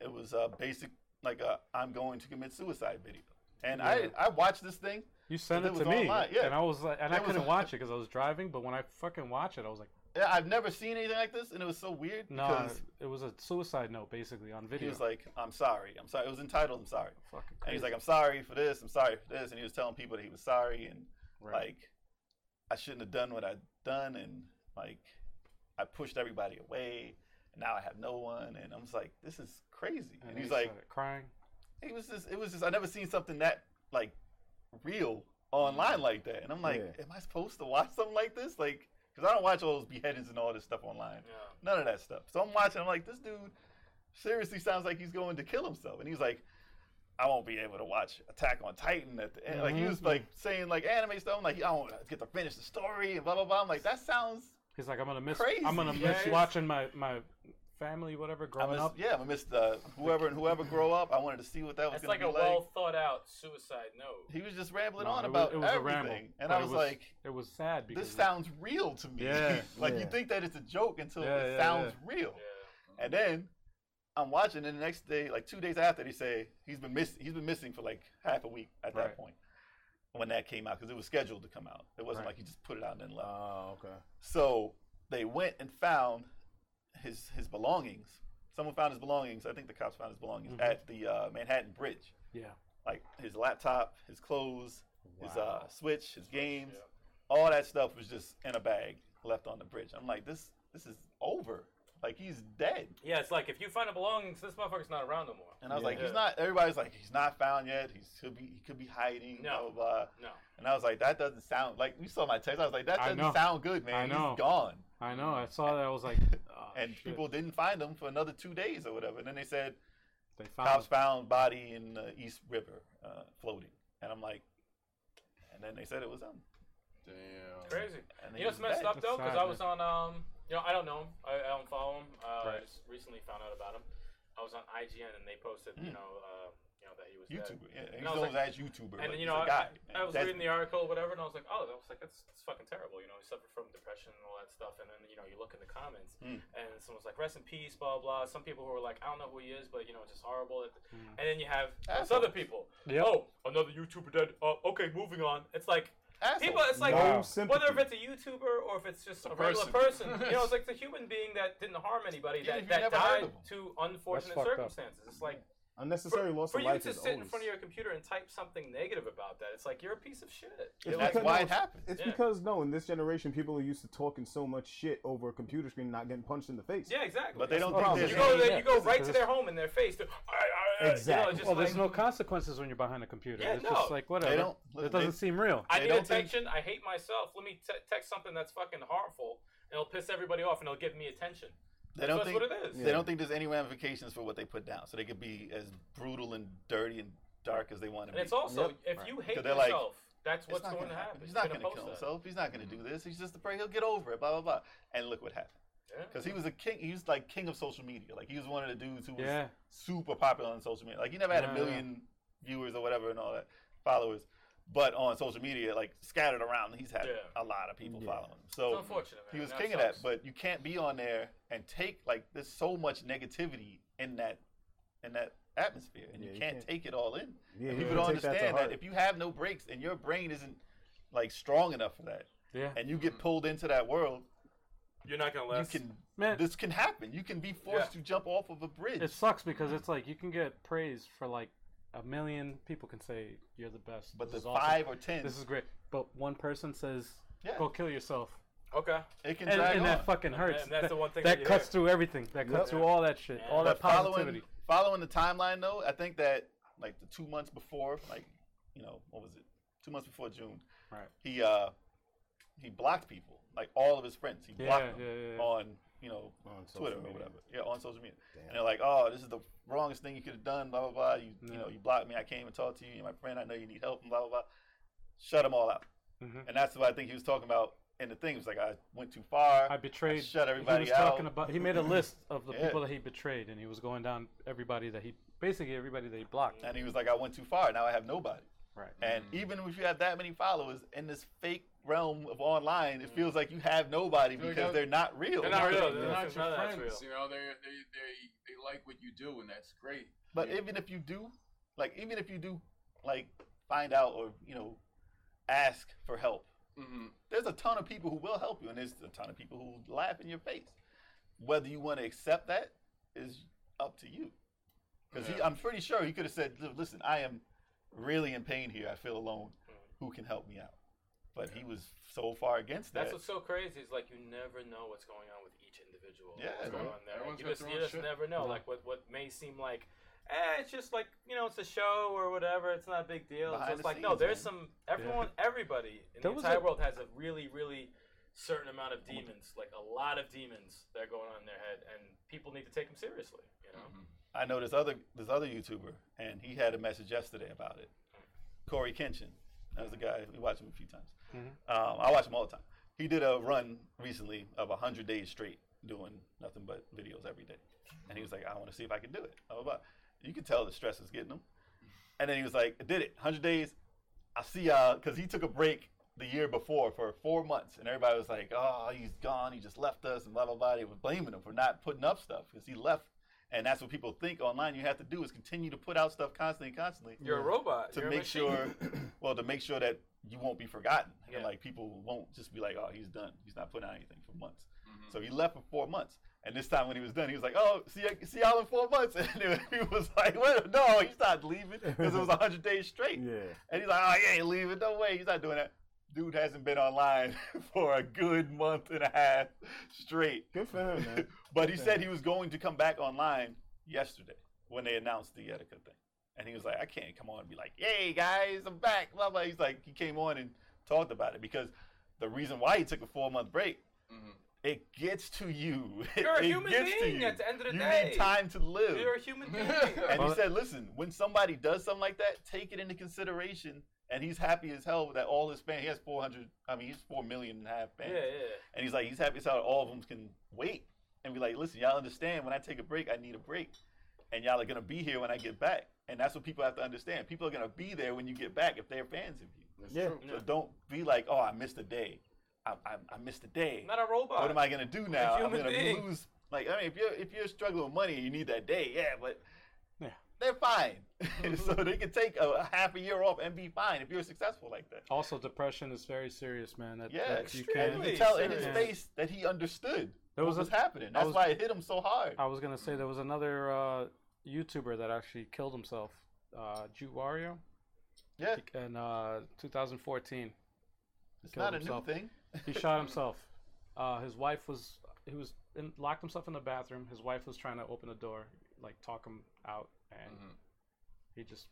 S3: it was uh, basic like a I'm going to commit suicide video, and
S5: Yeah.
S3: I I watched this thing.
S5: You sent
S3: It
S5: it
S3: was
S5: to me,
S3: online, yeah.
S5: and I was like, and I
S3: It was
S5: couldn't
S3: on-
S5: watch it because I was driving. But when I fucking watched it, I was like,
S3: Yeah, I've never seen anything like this, and it was so weird
S5: No,
S3: because
S5: it was a suicide note basically on
S3: he
S5: video.
S3: was like, "I'm sorry, I'm sorry." It was entitled "I'm sorry,"
S5: fucking
S3: and
S5: crazy.
S3: he's like, "I'm sorry for this, I'm sorry for this," and he was telling people that he was sorry and
S5: Right.
S3: like, "I shouldn't have done what I done," and like, I pushed everybody away, and now I have no one, and I'm just like, "This is crazy," and,
S5: And
S3: he's
S5: he
S3: like,
S5: started crying.
S3: "It was just, it was just, I never seen something that like real
S5: Mm.
S3: online like that," and I'm like,
S6: Yeah.
S3: "Am I supposed to watch something like this?" Like, because I don't watch all those beheadings and all this stuff online. None of that stuff. So I'm watching. I'm like, this dude seriously sounds like he's going to kill himself. And he's like, I won't be able to watch Attack on Titan at the end. Like he was
S5: Mm-hmm.
S3: like saying like anime stuff. I'm like, I don't get to finish the story and blah blah blah. I'm like, that sounds.
S5: He's like, I'm gonna miss.
S3: Crazy,
S5: I'm gonna
S3: yes.
S5: miss watching my my family, whatever,
S3: I
S5: growing
S3: miss,
S5: up.
S3: yeah, I missed uh, whoever and whoever grow up. I wanted to see what that was
S4: That's
S3: going
S4: like
S3: to
S4: a
S3: be like.
S4: well thought out suicide note.
S3: he was just rambling
S5: No,
S3: on
S5: it was-
S3: about
S5: it was a
S3: everything,
S5: ramble,
S3: and
S5: but
S3: I
S5: it
S3: was,
S5: was-
S3: like,
S5: It was sad because
S3: this sounds real to me.
S5: Yeah,
S3: like you
S6: yeah.
S3: think that it's a joke until
S5: Yeah,
S3: it
S5: yeah,
S3: sounds real.
S4: Yeah.
S3: And then I'm watching, and the next day, like two days after, they say he's been missing. He's been missing for like half a week at that
S5: Right.
S3: point when that came out because it was scheduled to come out. It wasn't
S5: Right.
S3: like he just put it out and then left.
S6: Oh, okay.
S3: so they went and found his his belongings. Someone found his belongings. I think the cops found his belongings
S5: Mhm.
S3: at the uh, Manhattan Bridge.
S5: yeah,
S3: Like his laptop, his clothes, his uh,
S6: Wow.
S3: switch, his games,
S4: yeah.
S3: all that stuff was just in a bag left on the bridge. I'm like, this this is over. Like he's dead.
S4: Yeah, it's like if you find a belongings, this motherfucker's not around no more.
S3: And I was like,
S4: Yeah.
S3: he's not. Everybody's like, he's not found yet. He's could be he could be hiding. Blah
S4: No.
S3: blah. blah.
S4: No.
S3: And I was like, that doesn't sound like you saw my text. I was like, that
S5: I
S3: doesn't
S5: know.
S3: sound good, man.
S5: I know.
S3: He's gone.
S5: I know. I saw that. I was like, oh,
S3: And
S5: shit.
S3: people didn't find him for another two days or whatever. And then they said
S5: they found
S3: cops
S5: him.
S3: found body in the East River, uh, floating. And I'm like, and then they said it was him.
S2: Damn.
S4: Crazy.
S3: And he
S4: You know what's
S3: was
S4: messed
S3: dead.
S4: up though?
S5: That's
S4: Because
S5: sad,
S4: I was on, um, you know, I don't know him. I, I don't follow him. Uh, I
S5: Right.
S4: just recently found out about him. I was on IGN and they posted, you
S3: Mm.
S4: know, uh, you know that he was dead.
S3: YouTuber. Yeah, he's
S4: I was
S3: known
S4: like-
S3: as YouTuber.
S4: And
S3: like,
S4: then, you
S3: he's
S4: know,
S3: a guy.
S4: I, I was
S3: That's-
S4: reading the article, or whatever, and I was like, oh, I was like, that's, that's fucking terrible. You know, he suffered from depression and all that stuff. And then, you know, you look in the comments,
S3: Mm.
S4: and someone's like, rest in peace, blah, blah. Some people who were like, I don't know who he is, but, you know, it's just horrible.
S5: Mm.
S4: And then you have
S3: Assholes.
S4: those other people.
S5: Yep.
S4: Oh, another YouTuber dead. Uh, okay, moving on. It's like,
S3: Asshole.
S4: people, it's like,
S6: no
S5: wow.
S6: sympathy.
S4: whether if it's a YouTuber or if it's just a, regular person,
S2: person.
S4: you know, it's like the human being that didn't harm anybody
S3: Even
S4: that,
S3: if you
S4: that
S3: never heard
S4: died
S3: of 'em.
S4: to unfortunate
S5: fucked up.
S4: circumstances. It's like
S6: Unnecessary loss
S4: for
S6: of
S4: you
S6: life
S4: to
S6: is
S4: sit
S6: always.
S4: in front of your computer and type something negative about that. It's like you're a piece of shit.
S6: It's
S3: That's
S6: because-
S3: why
S6: no,
S3: it happened.
S6: it's
S4: Yeah.
S6: because no, in this generation, people are used to talking so much shit over a computer screen, and not getting punched in the face.
S4: yeah, exactly.
S3: But they don't
S5: the
S3: think
S5: problem.
S3: Oh, there's
S4: You
S3: any-
S4: go, there, you go
S5: Yeah.
S4: right to their home in their face. To, I, I, I, You know,
S6: Exactly.
S4: just
S5: Well,
S4: like,
S5: there's no consequences when you're behind a computer.
S4: Yeah,
S5: it's just
S4: no.
S5: like whatever.
S3: They don't.
S5: it
S3: listen, they-
S5: doesn't seem real.
S4: I
S3: they
S4: need
S3: don't think-
S4: attention. I hate myself. Let me te- text something that's fucking harmful, and it'll piss everybody off, and it'll give me attention.
S3: They don't
S4: that's
S3: think
S4: what it is.
S3: they
S6: Yeah.
S3: don't think there's any ramifications for what they put down, so they could be as brutal and dirty and dark as they want to
S4: And
S3: be.
S4: it's also if you hate
S3: they're like,
S4: yourself, that's
S3: It's
S4: what's
S3: not
S4: going to
S3: gonna
S4: happen.
S3: He's
S4: You're
S3: not going to
S4: post
S3: kill
S4: that.
S3: himself. He's not going to do
S5: Mm-hmm.
S3: this. He's just a prey. He'll get over it. Blah blah blah. And look what happened.
S4: Yeah.
S3: Because he was a king. He was like king of social media. Like he was one of the dudes who was
S5: Yeah.
S3: super popular on social media. Like he never had a
S5: Yeah, yeah.
S3: million viewers or whatever and all that followers, but on social media, like scattered around, he's had
S4: Yeah.
S3: a lot of people
S6: Yeah.
S3: following him. So
S4: It's unfortunate,
S3: he
S4: man.
S3: was
S4: That
S3: king of
S4: sucks.
S3: that. But you can't be on there and take like there's so much negativity in that in that atmosphere, and
S6: Yeah,
S3: you
S6: you
S3: can't
S6: can't-
S3: take it all in.
S6: Yeah,
S3: and
S6: you
S3: people don't
S6: can't take that to
S3: understand that,
S6: heart.
S3: if you have no breaks and your brain isn't like strong enough for that,
S5: Yeah.
S3: and you get pulled into that world,
S7: You're not gonna last.
S3: you can.
S5: Man.
S3: This can happen. You can be forced to jump off of a bridge.
S5: It sucks because it's like you can get praise for like a million people can say you're the best.
S3: but
S5: this
S3: the
S5: is awesome.
S3: five or ten,
S5: This is great. But one person says,
S3: Yeah.
S5: "Go kill yourself,"
S4: Okay.
S3: it can
S5: and,
S3: drag
S5: and
S3: on.
S5: that fucking hurts.
S4: And that's
S5: that,
S4: the one thing that
S5: that
S4: you
S5: cuts
S4: hear.
S5: through everything. That cuts through all that shit, all that
S3: But
S5: positivity.
S3: following following the timeline though, I think that like the two months before, like you know what was it? Two months before June,
S5: Right.
S3: he uh he blocked people, like all of his friends. He
S5: Yeah,
S3: blocked
S5: yeah,
S3: them
S5: yeah, yeah.
S3: on you know
S6: On social
S3: Twitter or
S6: media.
S3: whatever. Yeah, on social media.
S6: Damn.
S3: And they're like, oh, this is the wrongest thing you could have done. Blah blah blah. You you
S5: Yeah.
S3: know you blocked me. I can't even talk to you. You're my friend. I know you need help. And blah blah blah. Shut them all out.
S5: Mhm.
S3: And that's what I think he was talking about. in the thing it was like I went too far.
S5: I betrayed.
S3: shut everybody
S5: he was
S3: out.
S5: Talking about, he made a list of the
S3: Yeah.
S5: people that he betrayed, and he was going down everybody that he basically everybody that he blocked.
S3: and he was like, I went too far. Now I have nobody.
S5: Right.
S3: And even if you have that many followers in this fake realm of online, it feels like you have nobody
S2: Feel like
S3: because
S2: that-
S3: they're not real.
S4: They're not real.
S2: They're
S4: Yeah.
S2: not
S4: No,
S2: your
S4: that's
S2: friends.
S4: real.
S2: You know, they they they they like what you do, and that's great.
S3: But
S2: Yeah.
S3: even if you do, like even if you do, like find out or you know, ask for help
S2: Mhm.
S3: There's a ton of people who will help you, and there's a ton of people who laugh in your face. Whether you want to accept that is up to you. Because
S2: Yeah.
S3: I'm pretty sure he could have said, "Li- "Listen, I am really in pain here. I feel alone. Who can help me out?" But he was so far against that.
S4: That's what's so crazy is like you never know what's going on with each individual.
S3: Yeah.
S4: what's going on there.
S2: Everyone's
S4: you
S2: got
S4: just,
S2: their
S4: you
S2: own
S4: just
S2: shit.
S4: never know. Like what what may seem like, eh, it's just like you know, it's a show or whatever. It's not a big deal.
S3: Behind
S4: it's just
S3: the
S4: like no,
S3: scenes, man.
S4: there's some everyone, everybody in
S5: There
S4: the
S5: was
S4: entire
S5: a-
S4: world has a really really certain amount of demons, like a lot of demons that are going on in their head, and people need to take them seriously. You
S2: Mm-hmm.
S4: know,
S3: I know this other this other YouTuber, and he had a message yesterday about it. Corey Kenshin, that was the guy we watched him a few times. Um, I watch him all the time. He did a run recently of hundred days straight doing nothing but videos every day, and he was like, "I want to see if I can do it." Blah, blah, blah. You could tell the stress is getting him, and then he was like, "I "Did it? Hundred days? I see y'all," because he took a break the year before for four months, and everybody was like, "Oh, he's gone. He just left us," and blah blah blah. They were blaming him for not putting up stuff because he left and that's what people think online. You have to do is continue to put out stuff constantly, and constantly
S4: you're a robot
S3: to
S4: You're a
S3: make
S4: machine.
S3: sure, well, to make sure that you won't be forgotten,
S4: Yeah.
S3: and like people won't just be like, "Oh, he's done. He's not putting out anything for months."
S2: Mm-hmm.
S3: So he left for four months, and this time when he was done, he was like, "Oh, see, see y'all in four months," and he was like, "Wait, no, he's not leaving because it was hundred days straight."
S6: Yeah.
S3: And he's like, "Oh, he ain't leaving. No way, he's not doing that." Dude hasn't been online for a good month and a half straight.
S6: Good for him, man.
S3: But he said he was going to come back online yesterday when they announced the Etika thing. And he was like, I can't come on and be like, yay, guys, I'm back. Blah, blah. He's like, he came on and talked about it because the reason why he took a four month break,
S2: Mhm.
S3: it gets to you.
S4: You're a
S3: It
S4: human
S3: gets to
S4: being
S3: you.
S4: at the end of the
S3: you
S4: day.
S3: need time to live.
S4: You're a human being.
S2: Mm-hmm.
S3: and he
S5: Well-
S3: said, listen, when somebody does something like that, take it into consideration. And he's happy as hell that all his fans, he has 400, I mean, he's 4 million and a half
S4: yeah,
S3: fans.
S4: yeah.
S3: And he's like, he's happy as hell all of them can wait and be like, listen, y'all understand when I take a break, I need a break. And y'all are going to be here when I get back. And that's what people have to understand. People are going to be there when you get back if they're fans of you.
S6: Yeah.
S3: So don't be like, oh, I missed a day. I, I, I missed a day.
S4: Not a robot.
S3: what am I going to do now? I'm
S4: human
S3: going to
S4: being.
S3: lose. Like, I mean, if you're, if you're struggling with money and you need that day, yeah, but
S5: Yeah.
S3: they're fine. so
S4: Mm-hmm.
S3: they can take a, a half a year off and be fine if you're successful like that.
S5: Also, depression is very serious, man. That,
S3: Yeah,
S5: that you
S3: and you
S5: can.
S3: could tell in his
S5: Yeah.
S3: face that he understood
S5: There was
S3: what
S5: a-
S3: was happening. That's
S5: was-
S3: why it hit him so hard.
S5: I was gonna say there was another uh, YouTuber that actually killed himself, uh, Jew Wario,
S3: Yeah,
S5: in uh, 2014.
S3: it's
S5: killed
S3: not a
S5: himself.
S3: new thing.
S5: He shot himself. Uh, his wife was he was in, locked himself in the bathroom. His wife was trying to open the door, like talk him out, and he just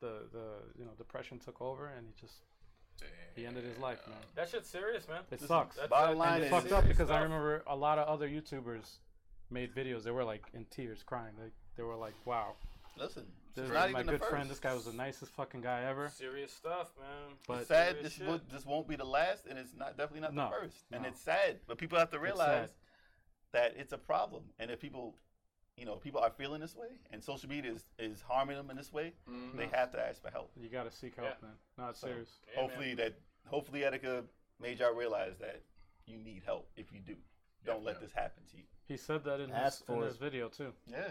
S5: the the you know depression took over, and he just he ended his life, man.
S4: That shit's serious, man.
S5: It sucks.
S4: that's
S3: Bottom
S4: like-
S3: line
S5: And
S3: is,
S5: it's fucked up
S4: serious
S5: because I
S4: stuff.
S5: remember a lot of other YouTubers made videos. They were like in tears, crying. They they were like, "Wow,
S3: listen,
S5: this
S3: it's
S5: is
S3: not
S5: my
S3: even the
S5: good
S3: first.
S5: friend. This guy was the nicest fucking guy ever."
S4: Serious stuff, man.
S5: But-
S3: It's sad.
S4: Serious
S3: This,
S4: shit.
S3: would, this won't be the last, and it's not definitely not the
S5: No,
S3: first. And
S5: no.
S3: it's sad, but people have to
S5: sad.
S3: realize that it's a problem. And if people, you know, people are feeling this way, and social media is, is harming them in this way, they have to ask for help.
S5: You gotta seek help,
S4: Yeah.
S5: man. Not
S3: So,
S5: serious.
S4: Yeah,
S3: hopefully that hopefully Etika made y'all realize that you need help if you do. Don't let this happen to you.
S5: He said that in his
S6: Ask
S5: in
S6: for
S5: his
S6: it.
S5: video too.
S3: Yeah.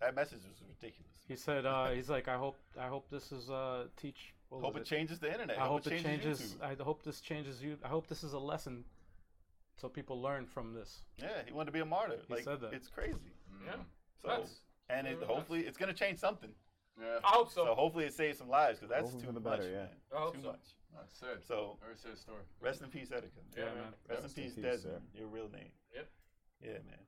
S3: That message was ridiculous.
S5: He said uh, he's like, "I hope I hope this is uh teach." what
S3: hope
S5: was
S3: it,
S5: it?
S3: changes the internet.
S5: I hope it changes.
S3: YouTube.
S5: I hope this changes you. I hope this is a lesson, so people learn from this.
S3: Yeah, he wanted to be a martyr.
S5: He
S3: like
S5: said that.
S3: it's crazy. Mm.
S4: Yeah.
S3: So
S4: Nuts.
S3: and it,
S4: Really
S3: hopefully it's gonna change something.
S2: Yeah,
S4: I hope so.
S3: So hopefully it saves some lives because that's
S6: Hopefully for
S3: too
S6: the
S3: much.
S6: better, yeah.
S3: man.
S4: I hope
S3: Too
S4: so.
S3: much.
S2: that's sad.
S3: So
S2: Very sad story.
S3: rest in peace, Etika.
S5: Yeah,
S4: man.
S5: man.
S3: Rest,
S6: Rest
S3: in
S6: in
S3: peace,
S6: peace,
S3: Desmond. Your real name.
S4: Yep.
S3: Yeah, man.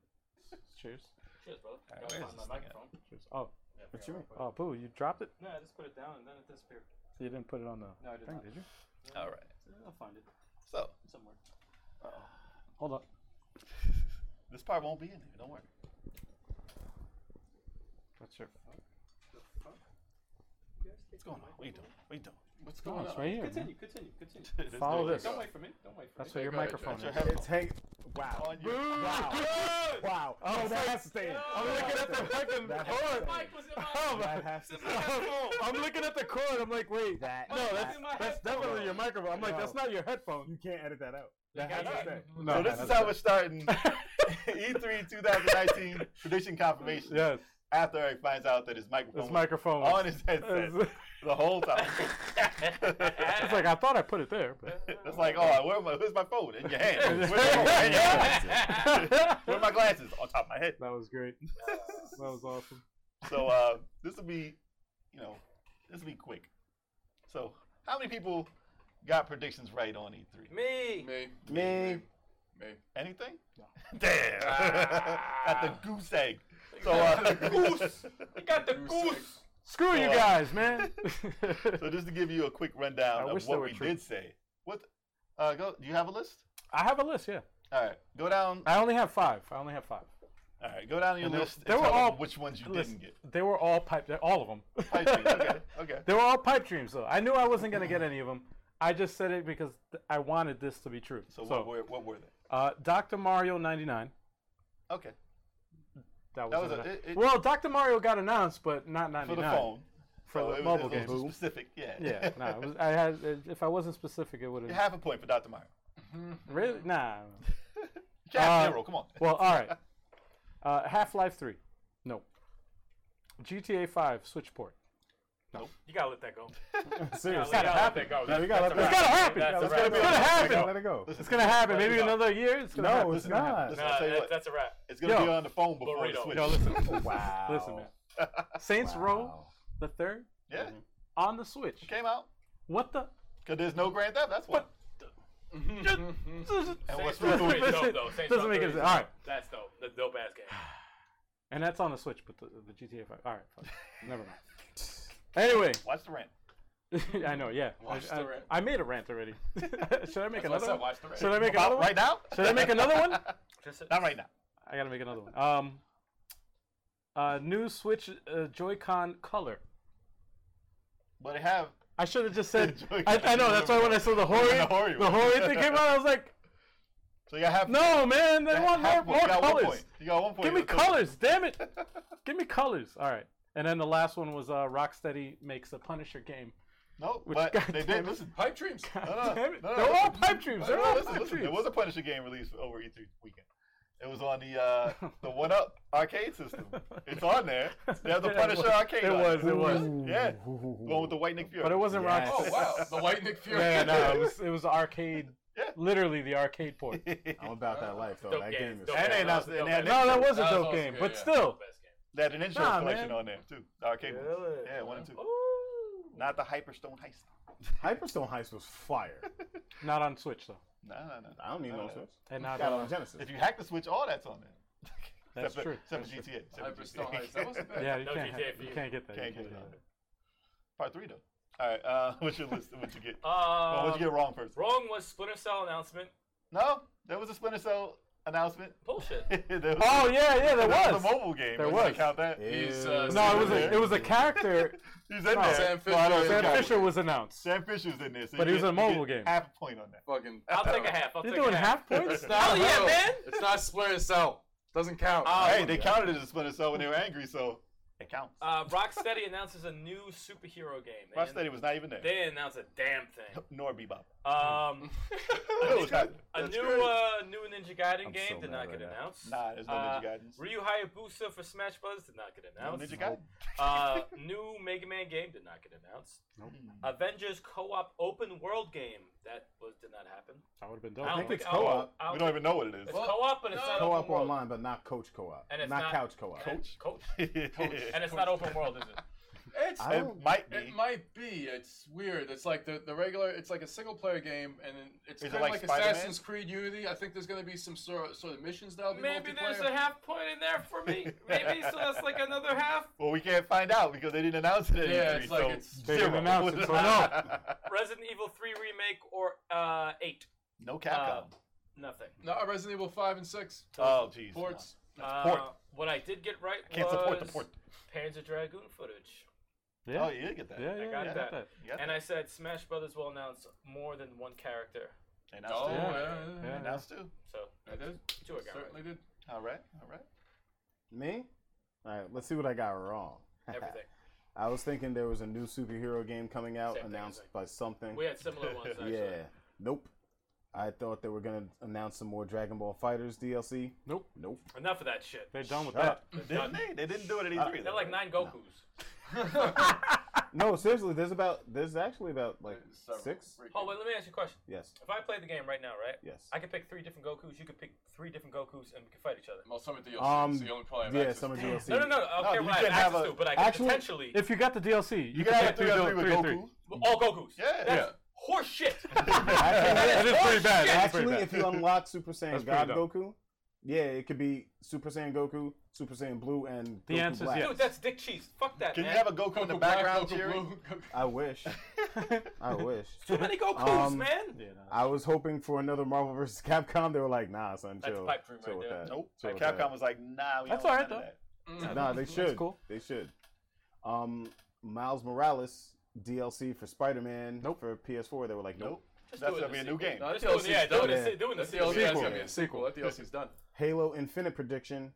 S5: Cheers.
S4: Cheers, brother.
S3: Alright,
S4: Gotta
S3: where
S4: find
S3: is
S4: my
S3: this thing at?
S4: microphone.
S5: Cheers.
S4: Yeah,
S5: Oh,
S4: I
S6: What
S4: forgot
S6: you
S4: real
S6: mean?
S4: quick.
S5: oh, poo! You dropped it.
S4: No, I just put it down and then it disappeared.
S5: You didn't put it on the
S4: No, I did
S5: thing,
S4: not.
S5: did you?
S3: All right.
S4: I'll find it
S3: So
S4: somewhere.
S5: Hold up.
S3: this part won't be in there. Don't worry.
S5: What's your?
S3: What's going on? What you doing? What you doing? What's
S5: Oh,
S3: going
S5: it's
S3: on?
S5: right here. man.
S4: Continue, continue, continue.
S3: There's no
S5: Follow
S3: way
S5: this.
S3: to
S4: Don't
S3: go.
S4: wait for me. Don't wait for
S5: That's
S4: me.
S5: where your
S2: go ahead,
S5: microphone
S2: Josh.
S5: is.
S3: Your headphones.
S6: It's hang- Wow.
S3: on you.
S6: Wow. Wow. Oh, that has to stay. in.
S4: I'm looking
S6: at the fucking
S4: Your mic was in my oh,
S6: That has to stay. Oh.
S5: I'm looking at the cord. I'm like, wait.
S6: That.
S4: No, that's- that's
S5: definitely your microphone. I'm
S6: like, that's not
S5: your headphone.
S6: You can't edit that out.
S4: That
S6: That
S4: has to
S6: has to
S4: Yeah.
S6: stay.
S4: stay.
S5: No,
S3: so E this is how we're starting E3 2019 prediction confirmation.
S5: Yes.
S3: after Eric finds out that his microphone,
S5: His
S3: was
S5: microphone
S3: on
S5: was-
S3: his headset
S5: is-
S3: the whole time.
S5: it's like I thought I put it there, but
S3: It's like, oh, where my, where's my phone? In your hand. Where's my phone? In your hand. Where are my glasses? On top of my head.
S5: that was great. That was awesome.
S3: So uh, this will be, you know, this will be quick. So how many people got predictions right on E E3?
S4: Me.
S2: Me.
S3: Me.
S2: Me.
S3: Anything? Damn!
S4: Ah.
S3: got the goose egg. So uh,
S4: Goose. You got the
S2: Goose
S4: goose.
S5: Screw you
S3: So, uh,
S5: guys, man.
S3: So just to give you a quick rundown
S5: I
S3: of
S5: wish they
S3: what
S5: were
S3: we
S5: true.
S3: did say. What? Uh, go. Do you have a list?
S5: I have a list. Yeah,
S3: All right. Go down.
S5: I only have five. I only have five.
S3: All right. Go down your
S5: they-
S3: list.
S5: they
S3: and
S5: were
S3: tell them
S5: all-
S3: which ones you
S5: Listen,
S3: didn't get.
S5: They were all pipe. All of them.
S3: Pipe dreams, okay. Okay.
S5: They were all pipe dreams, though. I knew I wasn't gonna get any of them. I just said it because th- I wanted this to be true.
S3: So,
S5: So,
S3: what, were, what were they?
S5: uh, Dr. Mario '99.
S3: Okay.
S5: That was,
S3: That was a,
S5: annou-
S3: it, it,
S5: well, Dr. Mario got announced, but not
S3: for
S5: 99
S3: the phone.
S5: for
S3: So
S5: the
S3: it was-
S5: mobile
S3: it was
S5: game.
S3: Specific. Yeah.
S5: yeah, nah. It was, I had. If I wasn't specific, it would have.
S3: Half a point for Dr. Mario.
S5: Really? Nah.
S3: Cap
S5: Uh,
S3: zero. Come on.
S5: Well, all right. Uh, Half Life Three. No. GTA Five Switch port.
S4: You gotta let that go.
S6: Seriously.
S4: You gotta let
S5: happen.
S4: that go.
S6: No, we gotta let
S4: That's
S5: It's
S6: that-
S4: a wrap.
S5: gonna happen.
S4: That's a wrap.
S5: It's gonna, be-
S6: We gotta
S5: it's gonna happen.
S6: Let it go.
S5: It's gonna happen. Maybe
S4: Let it go.
S5: another year. It's gonna
S6: No,
S5: happen.
S6: it's not.
S3: Listen, I'll
S4: Nah,
S3: tell you
S4: that-
S3: what.
S4: that's a wrap.
S3: It's gonna be
S5: Yo.
S3: on the phone before the
S4: Burrito.
S3: switch.
S5: Yo, listen,
S6: Wow.
S5: listen, man. Saints Row the third
S3: yeah,
S5: on the Switch.
S3: came out
S5: What the?
S3: because there's no Grand Theft. That's what. And what's
S4: Saints Row
S3: really
S4: three is
S5: Listen,
S4: dope, though. Saints
S5: doesn't
S4: Row
S5: make
S4: three
S5: any
S4: is
S5: sense. All right,
S4: That's dope. That's dope ass game.
S5: and that's on the Switch, but the, the GTA Five. All right, fuck. never mind. Anyway,
S3: watch the rant.
S5: I know. Yeah,
S2: Watch
S5: I,
S2: the
S5: I-
S2: rant.
S5: I made a rant already. Should I make
S2: That's
S5: another?
S2: what I said,
S5: one?
S2: watch the rant.
S5: Should I make another
S3: About
S5: one?
S3: right now?
S5: Should I make another one?
S4: Just
S3: Not right now.
S5: I gotta make another one. Um, uh, new Switch uh, Joy-Con color.
S3: But it have
S5: I should have just said.
S3: Joy-Con
S5: I, I know. That's why when I saw the Hori,
S3: The Hori
S5: the
S3: one.
S5: Hori thing came out, I was like,
S3: so you got half.
S5: no, man,
S3: you
S5: they
S3: got
S5: want
S3: half
S5: more,
S3: point. you
S5: more
S3: got One
S5: colors.
S3: point. You got one point.
S5: Give me
S3: So-
S5: colors, damn it! Give me colors. All right. And then the last one was uh, Rocksteady makes a Punisher game.
S3: No,
S5: Which-
S3: but
S5: God
S3: they
S5: damn
S3: did.
S5: it.
S3: Listen,
S2: Pipe dreams.
S3: no, no,
S5: Damn it.
S3: no, no,
S5: They're all
S3: listen,
S5: pipe dreams.
S3: no,
S5: They're
S3: no,
S5: all
S3: listen,
S5: pipe
S3: listen,
S5: dreams.
S3: There was a Punisher game released over E3 weekend. It was on the uh, the one up arcade system. It's on there. They have the
S5: Yeah, it
S3: Punisher
S5: was.
S3: arcade.
S5: It
S3: on
S5: was, it was.
S3: Yeah, going with the White Nick Fury.
S5: But it wasn't
S6: Yes.
S5: Rocksteady.
S2: Oh wow, the White Nick Fury.
S5: Yeah, no, it was it was arcade.
S3: Yeah.
S5: Literally the arcade port. no,
S6: I'm about that life though.
S4: Dope
S6: That
S4: games,
S6: game is.
S4: dope
S3: And they
S4: games.
S3: announced it.
S4: Dope
S3: And they had Nick
S4: games.
S5: that was a
S2: That was
S5: dope
S2: also
S5: game,
S2: good,
S5: but
S2: yeah.
S5: still,
S4: Best game.
S3: They had an insurance
S5: Nah,
S3: collection
S5: man.
S3: on there too. The arcade ones.
S4: Really?
S3: Yeah, one and two.
S4: Ooh.
S3: Not the Hyperstone Heist.
S6: Hyperstone Heist was fire.
S5: not on Switch though,
S3: No, no, no.
S6: I don't need
S3: No,
S6: no
S3: no.
S6: Switch.
S5: and
S6: I
S5: not
S6: got it
S5: on,
S6: on Genesis.
S3: If you hack the Switch, all that's on there.
S5: that's
S3: except
S5: true.
S3: For, except
S5: that's
S3: for
S5: true.
S3: GTA. Except for
S2: Hyperstone
S3: GTA.
S2: Heist. That wasn't bad.
S5: Yeah, you
S4: No
S5: can't,
S4: GTA
S5: have-
S4: for
S5: you
S4: you.
S5: can't get that.
S3: Can't
S5: you
S3: get it
S5: can't
S3: on
S5: get
S3: Part three though. All right. Uh, what's your list? What'd you get? well,
S4: Um,
S3: what'd you get wrong first?
S4: Wrong was Splinter Cell announcement.
S3: No, there was a Splinter Cell announcement.
S4: Bullshit.
S3: There was-
S5: Oh yeah, yeah, there was.
S3: a mobile game.
S5: There
S3: I didn't
S5: was.
S3: Count that.
S2: He's,
S6: Ew.
S2: uh,
S5: no, it was
S3: there.
S5: a, it was a character.
S3: He's in there.
S2: Sam
S3: No, I know
S2: Fisher.
S3: it's
S5: Sam
S3: mobile.
S5: Fisher was announced.
S3: Sam Fisher's in there. so
S5: But
S3: you
S5: he was
S3: get-
S5: in a
S3: you
S5: mobile
S3: get
S5: game.
S3: Half a point on that.
S2: Fucking.
S4: I'll take a half. I'll
S5: You're
S4: take
S5: doing
S4: a half.
S5: half points.
S2: Oh,
S4: Hell yeah,
S2: real.
S4: man.
S2: It's not split itself. Doesn't count.
S4: Oh,
S3: Hey, they counted it as a Splinter Cell when they were angry, so it counts.
S4: Uh, Rocksteady announces a new superhero game. They-
S3: I said it was not even there.
S4: They announced a damn thing.
S3: Nor Bebop.
S4: Um,
S3: That was not-
S4: a
S3: that's
S4: new
S3: great.
S4: uh, new Ninja Gaiden
S6: I'm
S4: game
S6: so
S4: did
S6: mad
S4: not
S6: right
S4: get
S6: now.
S4: announced.
S3: Nah, there's no
S4: Uh,
S3: Ninja Gaidens.
S4: Ryu Hayabusa for Smash Bros. did not get
S3: No
S4: announced.
S3: Ninja Gaiden.
S4: uh, new Mega Man game did not get announced.
S6: Nope.
S4: Avengers co-op open world game that was did not happen.
S5: That would have been
S4: I
S5: dope.
S4: don't
S6: think it's
S4: I don't-
S6: co-op.
S4: I don't
S3: We don't
S4: think-
S3: even know what it
S4: It's
S3: is.
S2: Well,
S4: co-op, but it's
S2: no.
S4: not
S6: Co-op
S4: open world.
S6: online, but not coach co-op.
S4: And it's
S6: not,
S4: not-
S6: couch co-op.
S4: And- Coach. And it's
S3: it
S4: not open world, is it?
S2: It's
S6: I don't-
S3: might be.
S2: It might be. It's weird. It's like the, the regular. It's like a single player game, and then it's
S3: Is it
S2: kind
S3: like
S2: of like,
S3: Spider-Man?
S2: Assassin's Creed Unity. I think there's going to be some sort of, sort of missions that'll be
S4: Maybe there's
S2: multiplayer.
S4: a half point in there for me. Maybe so that's like another half.
S3: Well, we can't find out because they didn't announce it. at
S2: Yeah,
S3: E3,
S2: it's like
S3: so
S2: it's-
S5: They didn't announce it, so no.
S4: Resident Evil 3 remake or uh 8.
S3: no Capcom.
S5: Uh,
S4: Nothing.
S2: no Resident Evil Five and Six
S3: oh, jeez.
S2: ports.
S4: Uh,
S3: port.
S4: What I did get right
S3: I can't support the
S4: was
S3: port.
S4: Panzer Dragoon footage.
S5: Yeah.
S3: Oh, you did get that.
S5: Yeah, yeah,
S4: I got
S5: yeah,
S4: that.
S5: that.
S3: You got
S4: And
S3: that.
S4: I said Smash Brothers will announce more than one character.
S3: They announced
S2: Oh,
S3: two.
S2: yeah.
S5: Yeah.
S3: They announced two.
S4: So
S2: I did.
S4: two I got
S2: Certainly did.
S3: All right, all right.
S6: Me? All right, let's see what I got wrong.
S4: right. Everything.
S6: I was thinking there was a new superhero game coming out
S4: Same thing,
S6: announced
S4: same.
S6: by something.
S4: We had similar ones actually.
S6: yeah. Nope. I thought they were gonna announce some more Dragon Ball Fighters DLC.
S5: Nope.
S6: Nope.
S4: Enough of that shit.
S5: They're done with
S6: Shut
S5: that.
S6: up.
S3: Didn't they? They didn't do it at E3.
S4: They're like nine Gokus.
S6: No, seriously. There's about. There's actually about like
S2: There's several.
S6: six.
S2: Freaking-
S4: Oh wait, let me ask you a question.
S6: Yes.
S4: If I played the game right now, right?
S6: Yes.
S4: I could pick three different Gokus. You could pick three different Gokus, and we could fight each other.
S2: Well, some of the DLC,
S6: Um,
S2: so you only probably have
S6: yeah,
S2: access
S6: some
S2: to-
S6: of DLC.
S4: No, no, no. no, Okay,
S3: you
S4: well, I have
S3: can't have
S4: access
S3: a-
S4: to, but I could
S6: actually-
S4: potentially
S5: If you got the DLC, you,
S3: You
S5: can
S3: gotta have
S5: pick
S3: three
S5: three,
S3: on three
S5: three,
S3: with
S5: three,
S3: Goku.
S5: three.
S4: all Gokus.
S3: Yeah.
S4: That's horse shit.
S6: Actually,
S5: That is pretty bad. That's pretty
S6: actually,
S5: bad.
S6: if you unlock Super Saiyan
S5: That's
S6: God
S5: pretty
S6: Goku, yeah, it could be Super Saiyan Goku, Super Saiyan Blue, and
S5: The
S6: Goku
S5: answer's
S6: Black.
S5: yes.
S4: Dude, that's dick cheese. Fuck that,
S3: Can you
S4: man.
S3: have a Goku in the
S2: Goku
S3: background
S2: Black, Goku
S3: cheering?
S2: Blue, Goku-
S6: I wish. I wish.
S4: Too many Gokus,
S6: Um,
S4: man.
S5: Yeah,
S6: I was hoping for another Marvel vs. Capcom. They were like, nah, son,
S4: That's
S6: chill.
S4: pipe dream
S6: chill
S4: right
S6: with
S4: there.
S6: that.
S3: Nope.
S6: Chill with
S3: Capcom
S6: that.
S3: was like, nah, we
S5: That's
S3: don't
S5: all
S3: want
S5: right,
S3: none
S2: Mm.
S3: of
S6: Nah, they should.
S5: cool.
S6: They should. Um, Miles Morales DLC for Spider-Man
S5: Nope.
S6: for PS4. They were like,
S3: Nope.
S6: nope.
S4: Just
S3: That's
S4: do it
S3: gonna
S4: in
S3: be
S4: the
S3: a new
S4: sequel.
S3: game.
S4: No,
S2: That
S4: just doing,
S2: DLC's
S4: yeah, doing,
S6: done.
S4: the, doing the
S2: That DLC is
S4: sequel.
S2: gonna be a sequel. That DLC's done.
S6: Halo Infinite prediction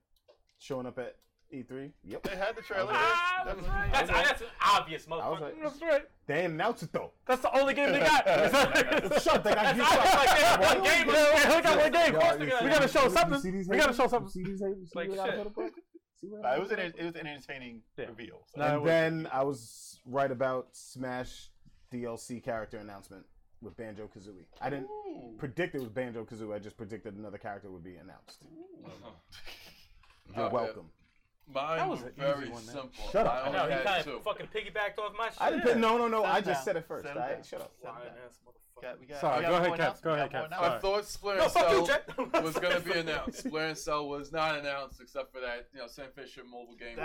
S6: showing up at E3. Yep.
S3: They had the trailer.
S4: Ah,
S3: That was-
S4: That's, that's an obvious
S6: I was
S4: motherfucker.
S6: like,
S5: That's right.
S6: they announced it though.
S5: That's the only game they got.
S6: Shut the guy.
S4: That's obvious. Like, they have one game.
S5: Yeah, we only got one game.
S4: course they got
S5: We
S4: it.
S5: gotta show something. We gotta show something.
S4: Like, shit.
S3: Nah, it was an it was an entertaining
S5: Yeah.
S3: reveal. So.
S5: No, it
S6: And
S5: wasn't.
S6: then I was right about Smash DLC character announcement with Banjo Kazooie. I didn't predict it was Banjo Kazooie. I just predicted another character would be announced. You're
S2: Oh, yeah.
S6: welcome.
S2: Mine
S5: That was
S2: was,
S5: an easy
S2: very
S5: one, man.
S2: simple.
S6: Shut up.
S2: I
S4: I
S2: only
S4: know, he
S2: had
S4: kind
S2: two.
S4: of fucking piggybacked off my shit.
S6: I didn't put no no no. I
S3: Settle
S6: just
S3: down.
S6: said it first.
S3: Settle
S6: all right?
S3: down.
S6: shut up.
S4: Lying-ass motherfucker.
S3: Got- we got-
S5: Sorry,
S3: we got
S5: go
S3: more
S5: ahead, Cap.
S3: announcements.
S5: Go
S3: We
S5: ahead,
S3: got more
S5: Cap.
S2: I
S3: announcements.
S2: thought Splinter
S4: No, fuck you,
S2: Cell
S4: Jack.
S2: was gonna be announced. Splinter Cell was not announced except for that, you know, Sam Fisher mobile game.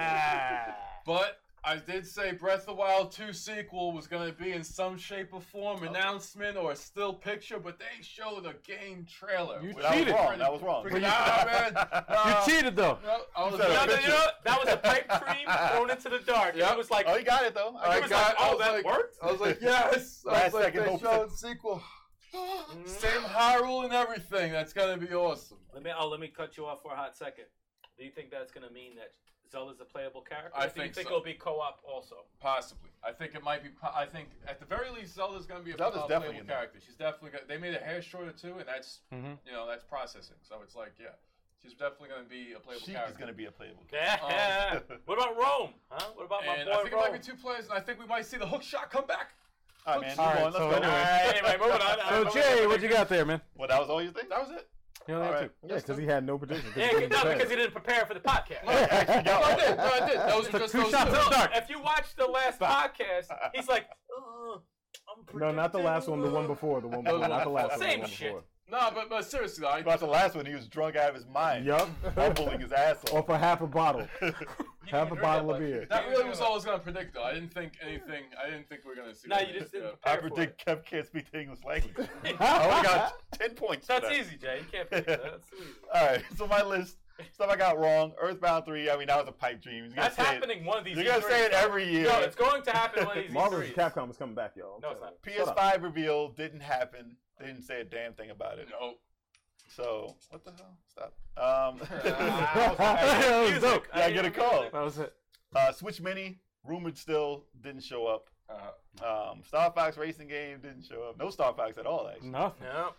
S2: But I did say Breath of the Wild 2 sequel was gonna be in some shape or form announcement or a still picture, but they showed a game trailer.
S5: You
S2: without
S5: cheated.
S2: freaking-
S3: That was wrong.
S2: freaking- Nah, man. Nah.
S5: You cheated though.
S2: No, I was
S3: said a
S4: No, no,
S2: like,
S4: you know, that was a pipe dream thrown into the dark.
S2: Yep.
S4: It was like,
S3: Oh, you got it though.
S2: I
S3: I
S4: was
S2: got, I
S3: got
S4: like, oh,
S2: was
S4: that
S2: like,
S4: worked?
S2: I was like, yes. I
S3: Last
S2: was like,
S3: second
S2: they
S3: hope.
S2: showed sequel. Same Hyrule and everything. That's gonna be awesome.
S4: let me, oh, let me cut you off for a hot second. Do you think that's going to mean that Zelda's a playable character?
S2: I
S4: Or do you
S2: think
S4: think
S2: so.
S4: it'll be co-op also?
S2: Possibly. I think it might be. po- I think at the very least, Zelda's going to be a
S3: Zelda's
S2: uh,
S3: definitely
S2: playable
S3: in there.
S2: character. She's definitely. Gonna, they made her hair shorter too, and that's
S5: Mhm.
S2: you know that's processing. So it's like yeah, she's definitely going to be a playable
S3: Sheik
S2: character.
S3: is gonna be a playable. character.
S4: Yeah. what about Rome? Huh? What about
S2: Um, and
S4: my
S2: I
S4: boy
S2: think
S4: Rome?
S2: it might be two players, and I think we might see the hook shot come back.
S3: All right, man.
S5: All
S3: move
S5: right,
S3: on. Let's
S5: so
S3: go.
S5: anyway.
S4: anyway, moving on.
S5: So Oh, Jay, what you got there, man?
S3: Well, that was all you think.
S2: That was it.
S5: You only
S3: All
S5: have
S3: right.
S5: two.
S6: Yeah, because he had no prediction. 'cause he
S4: Yeah,
S6: didn't
S4: no,
S6: prepare.
S4: because he didn't prepare for the podcast.
S6: Oh,
S2: No, I did. No, I did. That was
S5: Took
S2: just
S5: two
S2: those
S5: shots
S2: two.
S5: at the dark.
S4: If you watch the last podcast, he's like, uh, I'm
S6: No, not the last one. The one
S4: predicting,
S6: before. The one before. Not the last one.
S4: Same
S6: the one
S4: shit.
S6: before.
S2: No, but but seriously, though, I,
S3: About the last one, he was drunk out of his mind,
S6: Yup.
S3: bumbling his ass
S6: or
S3: off.
S6: for half a bottle.
S4: uh, you
S6: Half a
S4: can
S6: bottle of
S4: hear
S6: beer.
S2: that really was all I was going to predict. Though I didn't think anything. I didn't think we were going to see.
S4: No,
S2: that.
S4: you just
S2: Yeah.
S4: didn't
S3: I
S4: prepare for it.
S3: predict Kev can't speak the English language. I only
S6: I
S3: got ten points. for
S4: That's
S3: that.
S4: easy, Jay. You can't predict that. That's too easy.
S3: All right, so my list stuff I got wrong. Earthbound three. I mean, that was a pipe dream. You're gonna
S4: That's
S3: say it-
S4: happening one of these.
S3: You're gonna
S4: E3s.
S3: say it every year.
S4: No, it's going to happen one of these.
S6: Marvel vs.
S4: E3s.
S6: Capcom is coming back, y'all. I'm
S4: No, it's
S6: telling
S3: PS5 reveal didn't happen. They didn't say a damn thing about it.
S2: No.
S3: So what the hell? Stop. Um,
S6: That
S4: was dope.
S3: Oh, Yeah, I get a call.
S5: That was it.
S3: uh, Switch Mini rumored still didn't show up.
S2: Uh,
S4: Uh-huh.
S3: Um, Star Fox Racing game didn't show up. No Star Fox at all. Actually,
S5: Nothing.
S4: No.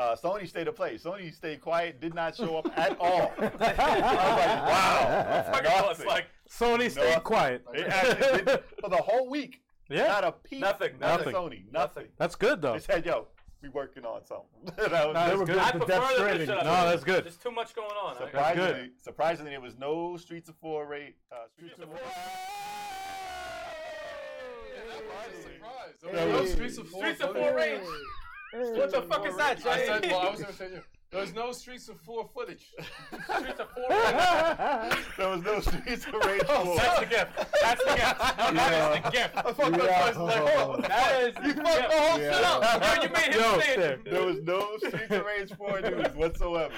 S3: uh, Sony stayed a play. Sony stayed quiet. Did not show up at all. I was like,
S6: wow.
S3: wow.
S4: Fucking call. It's
S3: nothing.
S4: like
S5: Sony, stay
S3: Nothing.
S5: quiet.
S3: They actually did, for the whole week,
S5: Yeah,
S3: not a peep.
S4: Nothing, Oh.
S3: Not a
S5: nothing.
S3: Sony. Nothing.
S5: that's good though.
S3: They said, "Yo, we working on something." that was
S5: Nah,
S6: They
S5: that's
S6: were
S5: good.
S6: good
S4: I
S6: at the
S4: prefer
S6: Death
S4: them to
S6: Stranding.
S4: shut up.
S5: No, that's good.
S4: There's too much going on. I-
S3: Surprisingly,
S5: good.
S3: surprisingly, there was no Streets of Four rate. Uh, Streets of Four.
S2: surprise.
S6: Hey.
S2: There was no Streets of
S4: Streets of Four Rage. What the fuck is that, Jay?
S2: I said, well, I was going to say, yeah. there's no Streets of Four footage.
S4: Streets of Four Rage.
S3: There was no Streets of Rage. four.
S4: Oh, That's the gift. That's the gift. That is the gift.
S3: I fucked up. I was like, oh, what the fuck?
S4: That is the gift.
S3: Oh,
S6: Yeah.
S3: shut up.
S4: Yo, you made him
S5: Yo,
S4: say it.
S5: Steph.
S3: There was no Streets of Rage 4 news whatsoever,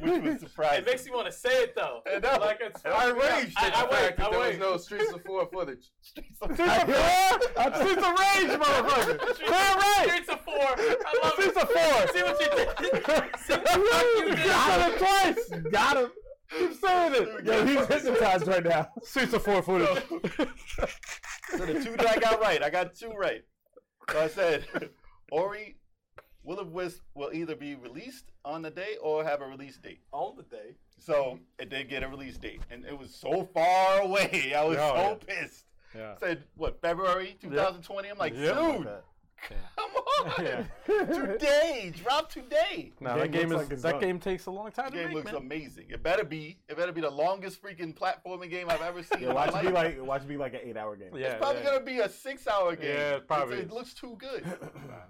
S3: which was surprising.
S4: It makes me want to say it though.
S3: I know.
S4: Like it's
S3: And I raged
S4: I,
S3: at
S4: I
S3: the
S4: wait.
S3: fact
S4: I
S2: there was
S4: wait.
S2: no Streets of Four footage.
S3: Streets of
S5: Streets of Rage, motherfucker. Fair right.
S4: Streets of four. I love
S5: Streets
S4: it.
S5: of Four.
S4: See what you did.
S5: Got him twice. Got him. Keep saying it.
S6: Yo, he's hypnotized right now.
S5: Streets of Four footage.
S3: So the two that I got right, I got two right. So I said, Ori Will of Wisp will either be released on the day or have a release date.
S8: On the day.
S3: So it did get a release date, and it was so far away. I was
S5: Oh,
S3: so pissed.
S5: Yeah.
S3: Said what February 2020? I'm like,
S5: Yeah.
S3: dude,
S5: Yeah.
S3: come on,
S5: Yeah.
S3: today, drop today.
S5: No,
S6: Game
S5: that game
S6: looks
S5: is
S6: like it's
S5: that
S6: done.
S5: game takes a long time
S3: The
S5: to
S3: game
S5: make,
S3: looks
S5: man.
S3: amazing. It better be. It better be the longest freaking platforming game I've ever seen.
S6: Yeah,
S3: in my
S6: watch it be
S3: life.
S6: like watch it be like an eight hour game.
S5: Yeah,
S3: It's probably
S5: yeah.
S3: gonna be a six-hour game.
S5: Yeah, it
S3: It's-
S5: probably
S3: It
S5: is.
S3: looks too good.
S5: Nah,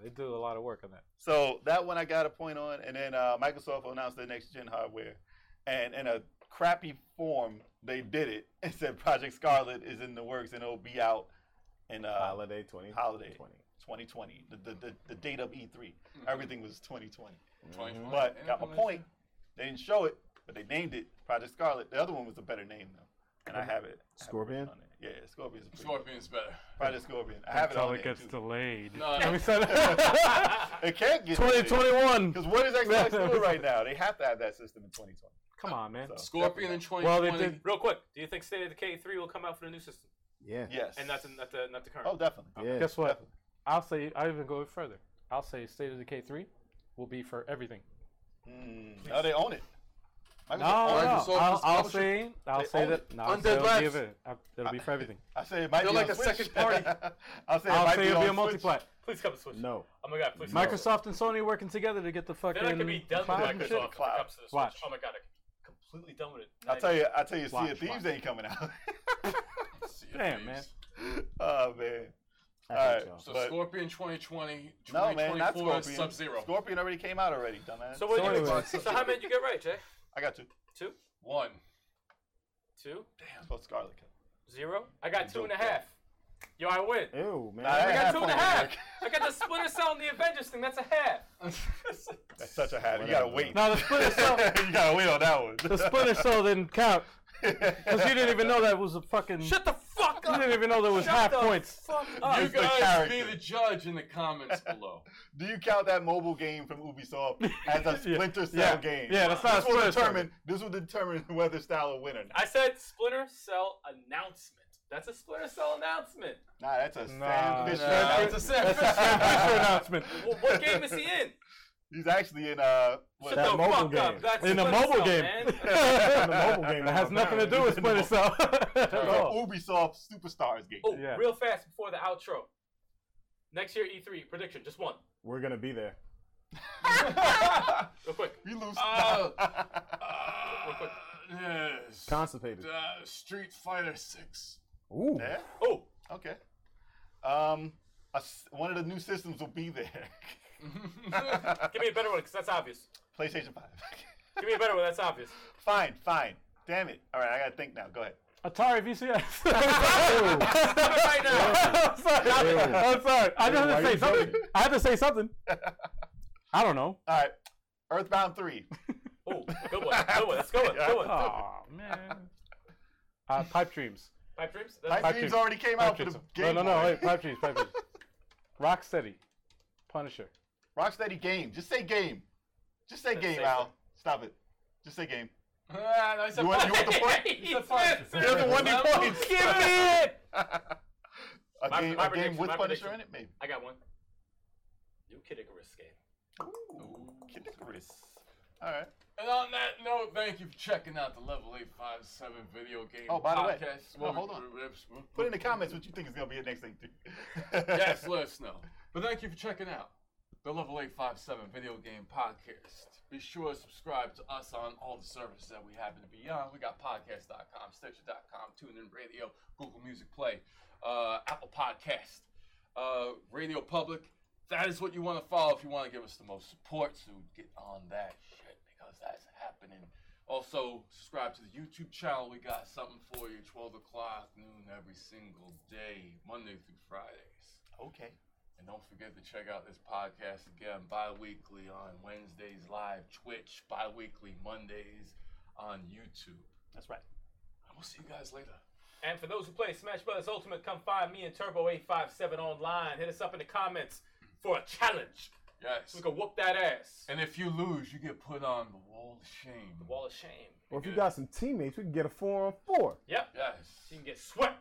S5: they do a lot of work on that.
S3: So that one I got a point on, and then uh, Microsoft announced their next gen hardware, and in a crappy form they did it and said Project Scarlet is in the works and it'll be out in uh,
S6: Holiday twenty.
S3: Holiday.
S6: twenty.
S3: 2020. The, the, the, the date of E3,
S5: Mm-hmm.
S3: everything was 2020.
S2: 2020.
S3: But got my
S2: Infamous.
S3: point. They didn't show it, but they named it Project Scarlet. The other one was a better name though, and I have it. I have it
S6: Scorpion?
S3: written on it. Yeah, Scorpion's pretty.
S2: Scorpion's better.
S3: Project Scorpion. I have it
S5: Until
S3: on
S5: it
S3: there,
S5: gets
S3: too.
S5: delayed.
S2: No,
S5: Can we
S2: that's-
S5: say that?
S3: It can't get delayed.
S5: 2021.
S3: Because what is Xbox doing right now? They have to have that system in 2020.
S5: Come on, man.
S3: So,
S2: Scorpion in 2020.
S3: definitely.
S5: Well, they did.
S4: Real quick, do you think State of Decay 3 will come out for the new system?
S6: Yeah.
S3: Yes.
S4: And not the, not the, not the current?
S3: Oh, definitely.
S6: Yeah.
S5: Guess what? I'll say. I'll even go further. I'll say State of Decay 3 will be for everything.
S3: Mm, now they own it.
S5: No,
S3: Microsoft
S5: no.
S3: owns it.
S2: Microsoft
S5: I'll,
S2: is
S5: I'll
S2: publishing-
S5: say. I'll
S3: they
S5: say
S3: own
S5: that.
S3: it.
S5: No, I'll
S2: Undead
S5: say it'll be,
S2: Labs.
S5: of it. I'll- it'll be for everything.
S3: I say it might
S2: They're
S3: be
S2: like
S3: on
S2: a
S3: Switch.
S2: second party.
S3: I say it
S5: I'll
S3: might
S5: say
S3: be
S5: it'll
S3: on
S5: be
S3: Switch.
S5: a multiplat.
S4: Please come to Switch.
S6: No.
S4: Oh my god, please.
S6: No.
S5: Microsoft and Sony working together to get the fucking.
S4: Then I could be done with
S5: cloud and
S4: Microsoft
S5: shit.
S4: when it
S3: Cloud.
S4: comes to the Switch.
S5: Watch.
S4: Oh my god, I'm completely done with it.
S3: I
S4: Not
S3: tell
S4: even-
S3: you, I tell you, Sea
S5: Watch,
S3: of Thieves
S5: watch.
S3: ain't coming out.
S2: See your
S5: Damn,
S2: face.
S5: man.
S3: oh man.
S6: I
S3: All right.
S6: hate y'all.
S2: So
S3: But-
S2: Scorpion 2020,
S3: No man,
S2: 2024
S3: not Scorpion.
S2: is Sub Zero.
S3: Scorpion already came out already, dumbass.
S4: So, what
S5: So
S4: you,
S5: anyway.
S4: so how many did you get right, Jay?
S3: I got two.
S4: Two?
S2: One.
S4: Two?
S3: Damn. Plus Scarlet.
S4: Zero? I got two and a half. Yo, I win.
S6: Ew, man.
S3: Nah,
S4: I
S3: that
S4: got two and a
S3: fun
S4: half.
S3: work.
S4: I got the Splinter Cell and the Avengers thing. That's a half.
S3: That's such a hat. You gotta
S6: Whatever.
S3: wait.
S5: No, the Splinter Cell.
S3: you gotta wait on that one.
S5: The Splinter Cell didn't count because you didn't even know that was a fucking.
S4: Shut the fuck
S5: you
S4: up.
S5: didn't even know there was
S4: Shut
S5: half
S4: the
S5: points.
S4: Fuck up.
S2: You
S3: It's the
S2: guys
S3: character.
S2: be the judge in the comments below.
S3: Do you count that mobile game from Ubisoft as a
S5: Yeah.
S3: Splinter Cell
S5: Yeah.
S3: game?
S5: Yeah, that's not
S3: This
S5: a
S3: will
S5: Splinter Cell
S3: determine. This will determine whether Style will win or not.
S4: I said Splinter Cell announcement. That's a Splinter Cell announcement.
S3: Nah, that's a
S5: Nah,
S3: Sam Fisher.
S5: nah.
S3: announcement.
S2: That's a Sam
S5: That's a Sam Fisher announcement.
S4: Well, what game is he in?
S3: He's actually in uh.
S4: Shut
S3: What,
S6: That
S4: the
S6: mobile
S4: fuck
S6: game.
S4: up. That's
S5: In a
S4: Splinter Cell,
S5: mobile game.
S4: Man.
S6: In the mobile game.
S5: It has nothing to do with Splinter Cell.
S3: the
S5: Oh.
S3: Ubisoft Superstars game.
S4: Oh,
S5: Yeah.
S4: real fast before the outro. Next year E3 prediction, just one,
S6: We're gonna be there.
S4: real quick.
S3: We lose.
S2: Oh. Uh,
S4: quick.
S2: yes.
S6: Constipated.
S2: Uh, Street Fighter 6.
S6: Ooh.
S3: yeah.
S4: Oh,
S3: Okay. Um, a s one of the new systems will be there.
S4: give me a better one because that's obvious.
S3: PlayStation Five.
S4: Give me a better one. That's obvious.
S3: fine, fine. Damn it. All right, I gotta think now. Go ahead.
S5: Atari VCS.
S4: Stop it right now.
S5: I'm sorry. I'm sorry. I just had to
S6: Why
S5: say
S6: you joking?
S5: something. I had to say something. I don't know.
S3: All right. Earthbound Three.
S4: Oh, good one. Good one. That's a good one. Good one.
S5: Oh man. Uh, pipe dreams.
S4: Pipe dreams. That's
S3: Pipe Dreams
S5: Dream-
S3: already came
S5: Pipe
S3: out for the
S5: dreams. No,
S3: game.
S5: no, no.
S3: Boy.
S5: Wait, pipe dreams. Pipe dreams. Rocksteady. Punisher.
S3: Rocksteady game. Just say game. Just say game,
S4: say
S3: Al. Stop it. Just say game.
S2: Ah, no, he said
S3: You want- you
S2: five.
S3: want the point?
S2: He said five.
S3: You're the one who
S2: Level.
S3: points.
S5: Give me it.
S3: A game, a
S4: My- my
S3: game
S4: prediction,
S3: with
S4: my
S3: Punisher
S4: prediction.
S3: in it, maybe.
S4: I got one. New Kid Icarus game.
S3: Ooh, Kid Icarus. All right.
S2: And on that note, thank you for checking out the Level 857 video game
S3: Oh, by the way,
S2: podcast.
S3: no, hold on. Put in the comments what you think is gonna be the next thing.
S2: yes, let us know. But thank you for checking out the Level 857 Video Game Podcast. Be sure to subscribe to us on all the services that we happen to be on. We got podcast.com, Stitcher.com, TuneIn Radio, Google Music Play, uh, Apple Podcast, uh, Radio Public. That is what you want to follow if you want to give us the most support. So get on that shit because that's happening. Also, subscribe to the YouTube channel. We got something for you 12 o'clock noon every single day, Monday through Fridays.
S3: Okay.
S2: And don't forget to check out this podcast again bi-weekly on Wednesdays live Twitch, bi-weekly Mondays on YouTube.
S3: That's right.
S2: And we'll see you guys later.
S4: And for those who play Smash Brothers Ultimate, come find me and Turbo857 online. Hit us up in the comments for a challenge.
S2: Yes.
S4: We can whoop that ass.
S2: And if you lose, you get put on the wall of shame. The
S4: Wall of shame.
S6: Or if you got some teammates, we can get a four on four.
S4: Yep. You
S2: Yes.
S4: can get swept.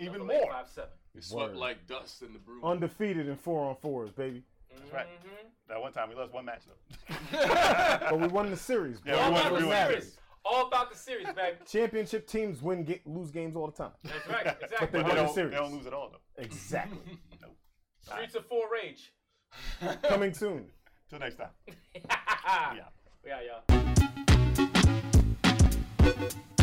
S3: Even
S4: Double
S3: more.
S4: 857.
S2: You sweat
S6: Word.
S2: like dust in the broom.
S6: Undefeated in four on fours, baby.
S3: That's right.
S4: Mm-hmm.
S3: That one time we lost one matchup.
S6: But we won the series. bro.
S3: Yeah, we won-
S4: All
S6: That's what
S4: about the
S6: matters.
S4: series. All about the series, baby.
S6: Championship teams win ga- lose games all the time.
S4: That's right.
S6: But they
S4: Exactly.
S3: But they
S6: won the
S3: don't, they
S6: series.
S3: don't lose at all though.
S6: Exactly.
S4: Streets of Four Rage.
S6: Coming soon.
S3: Till next time.
S4: yeah,
S3: Yeah.
S4: yeah.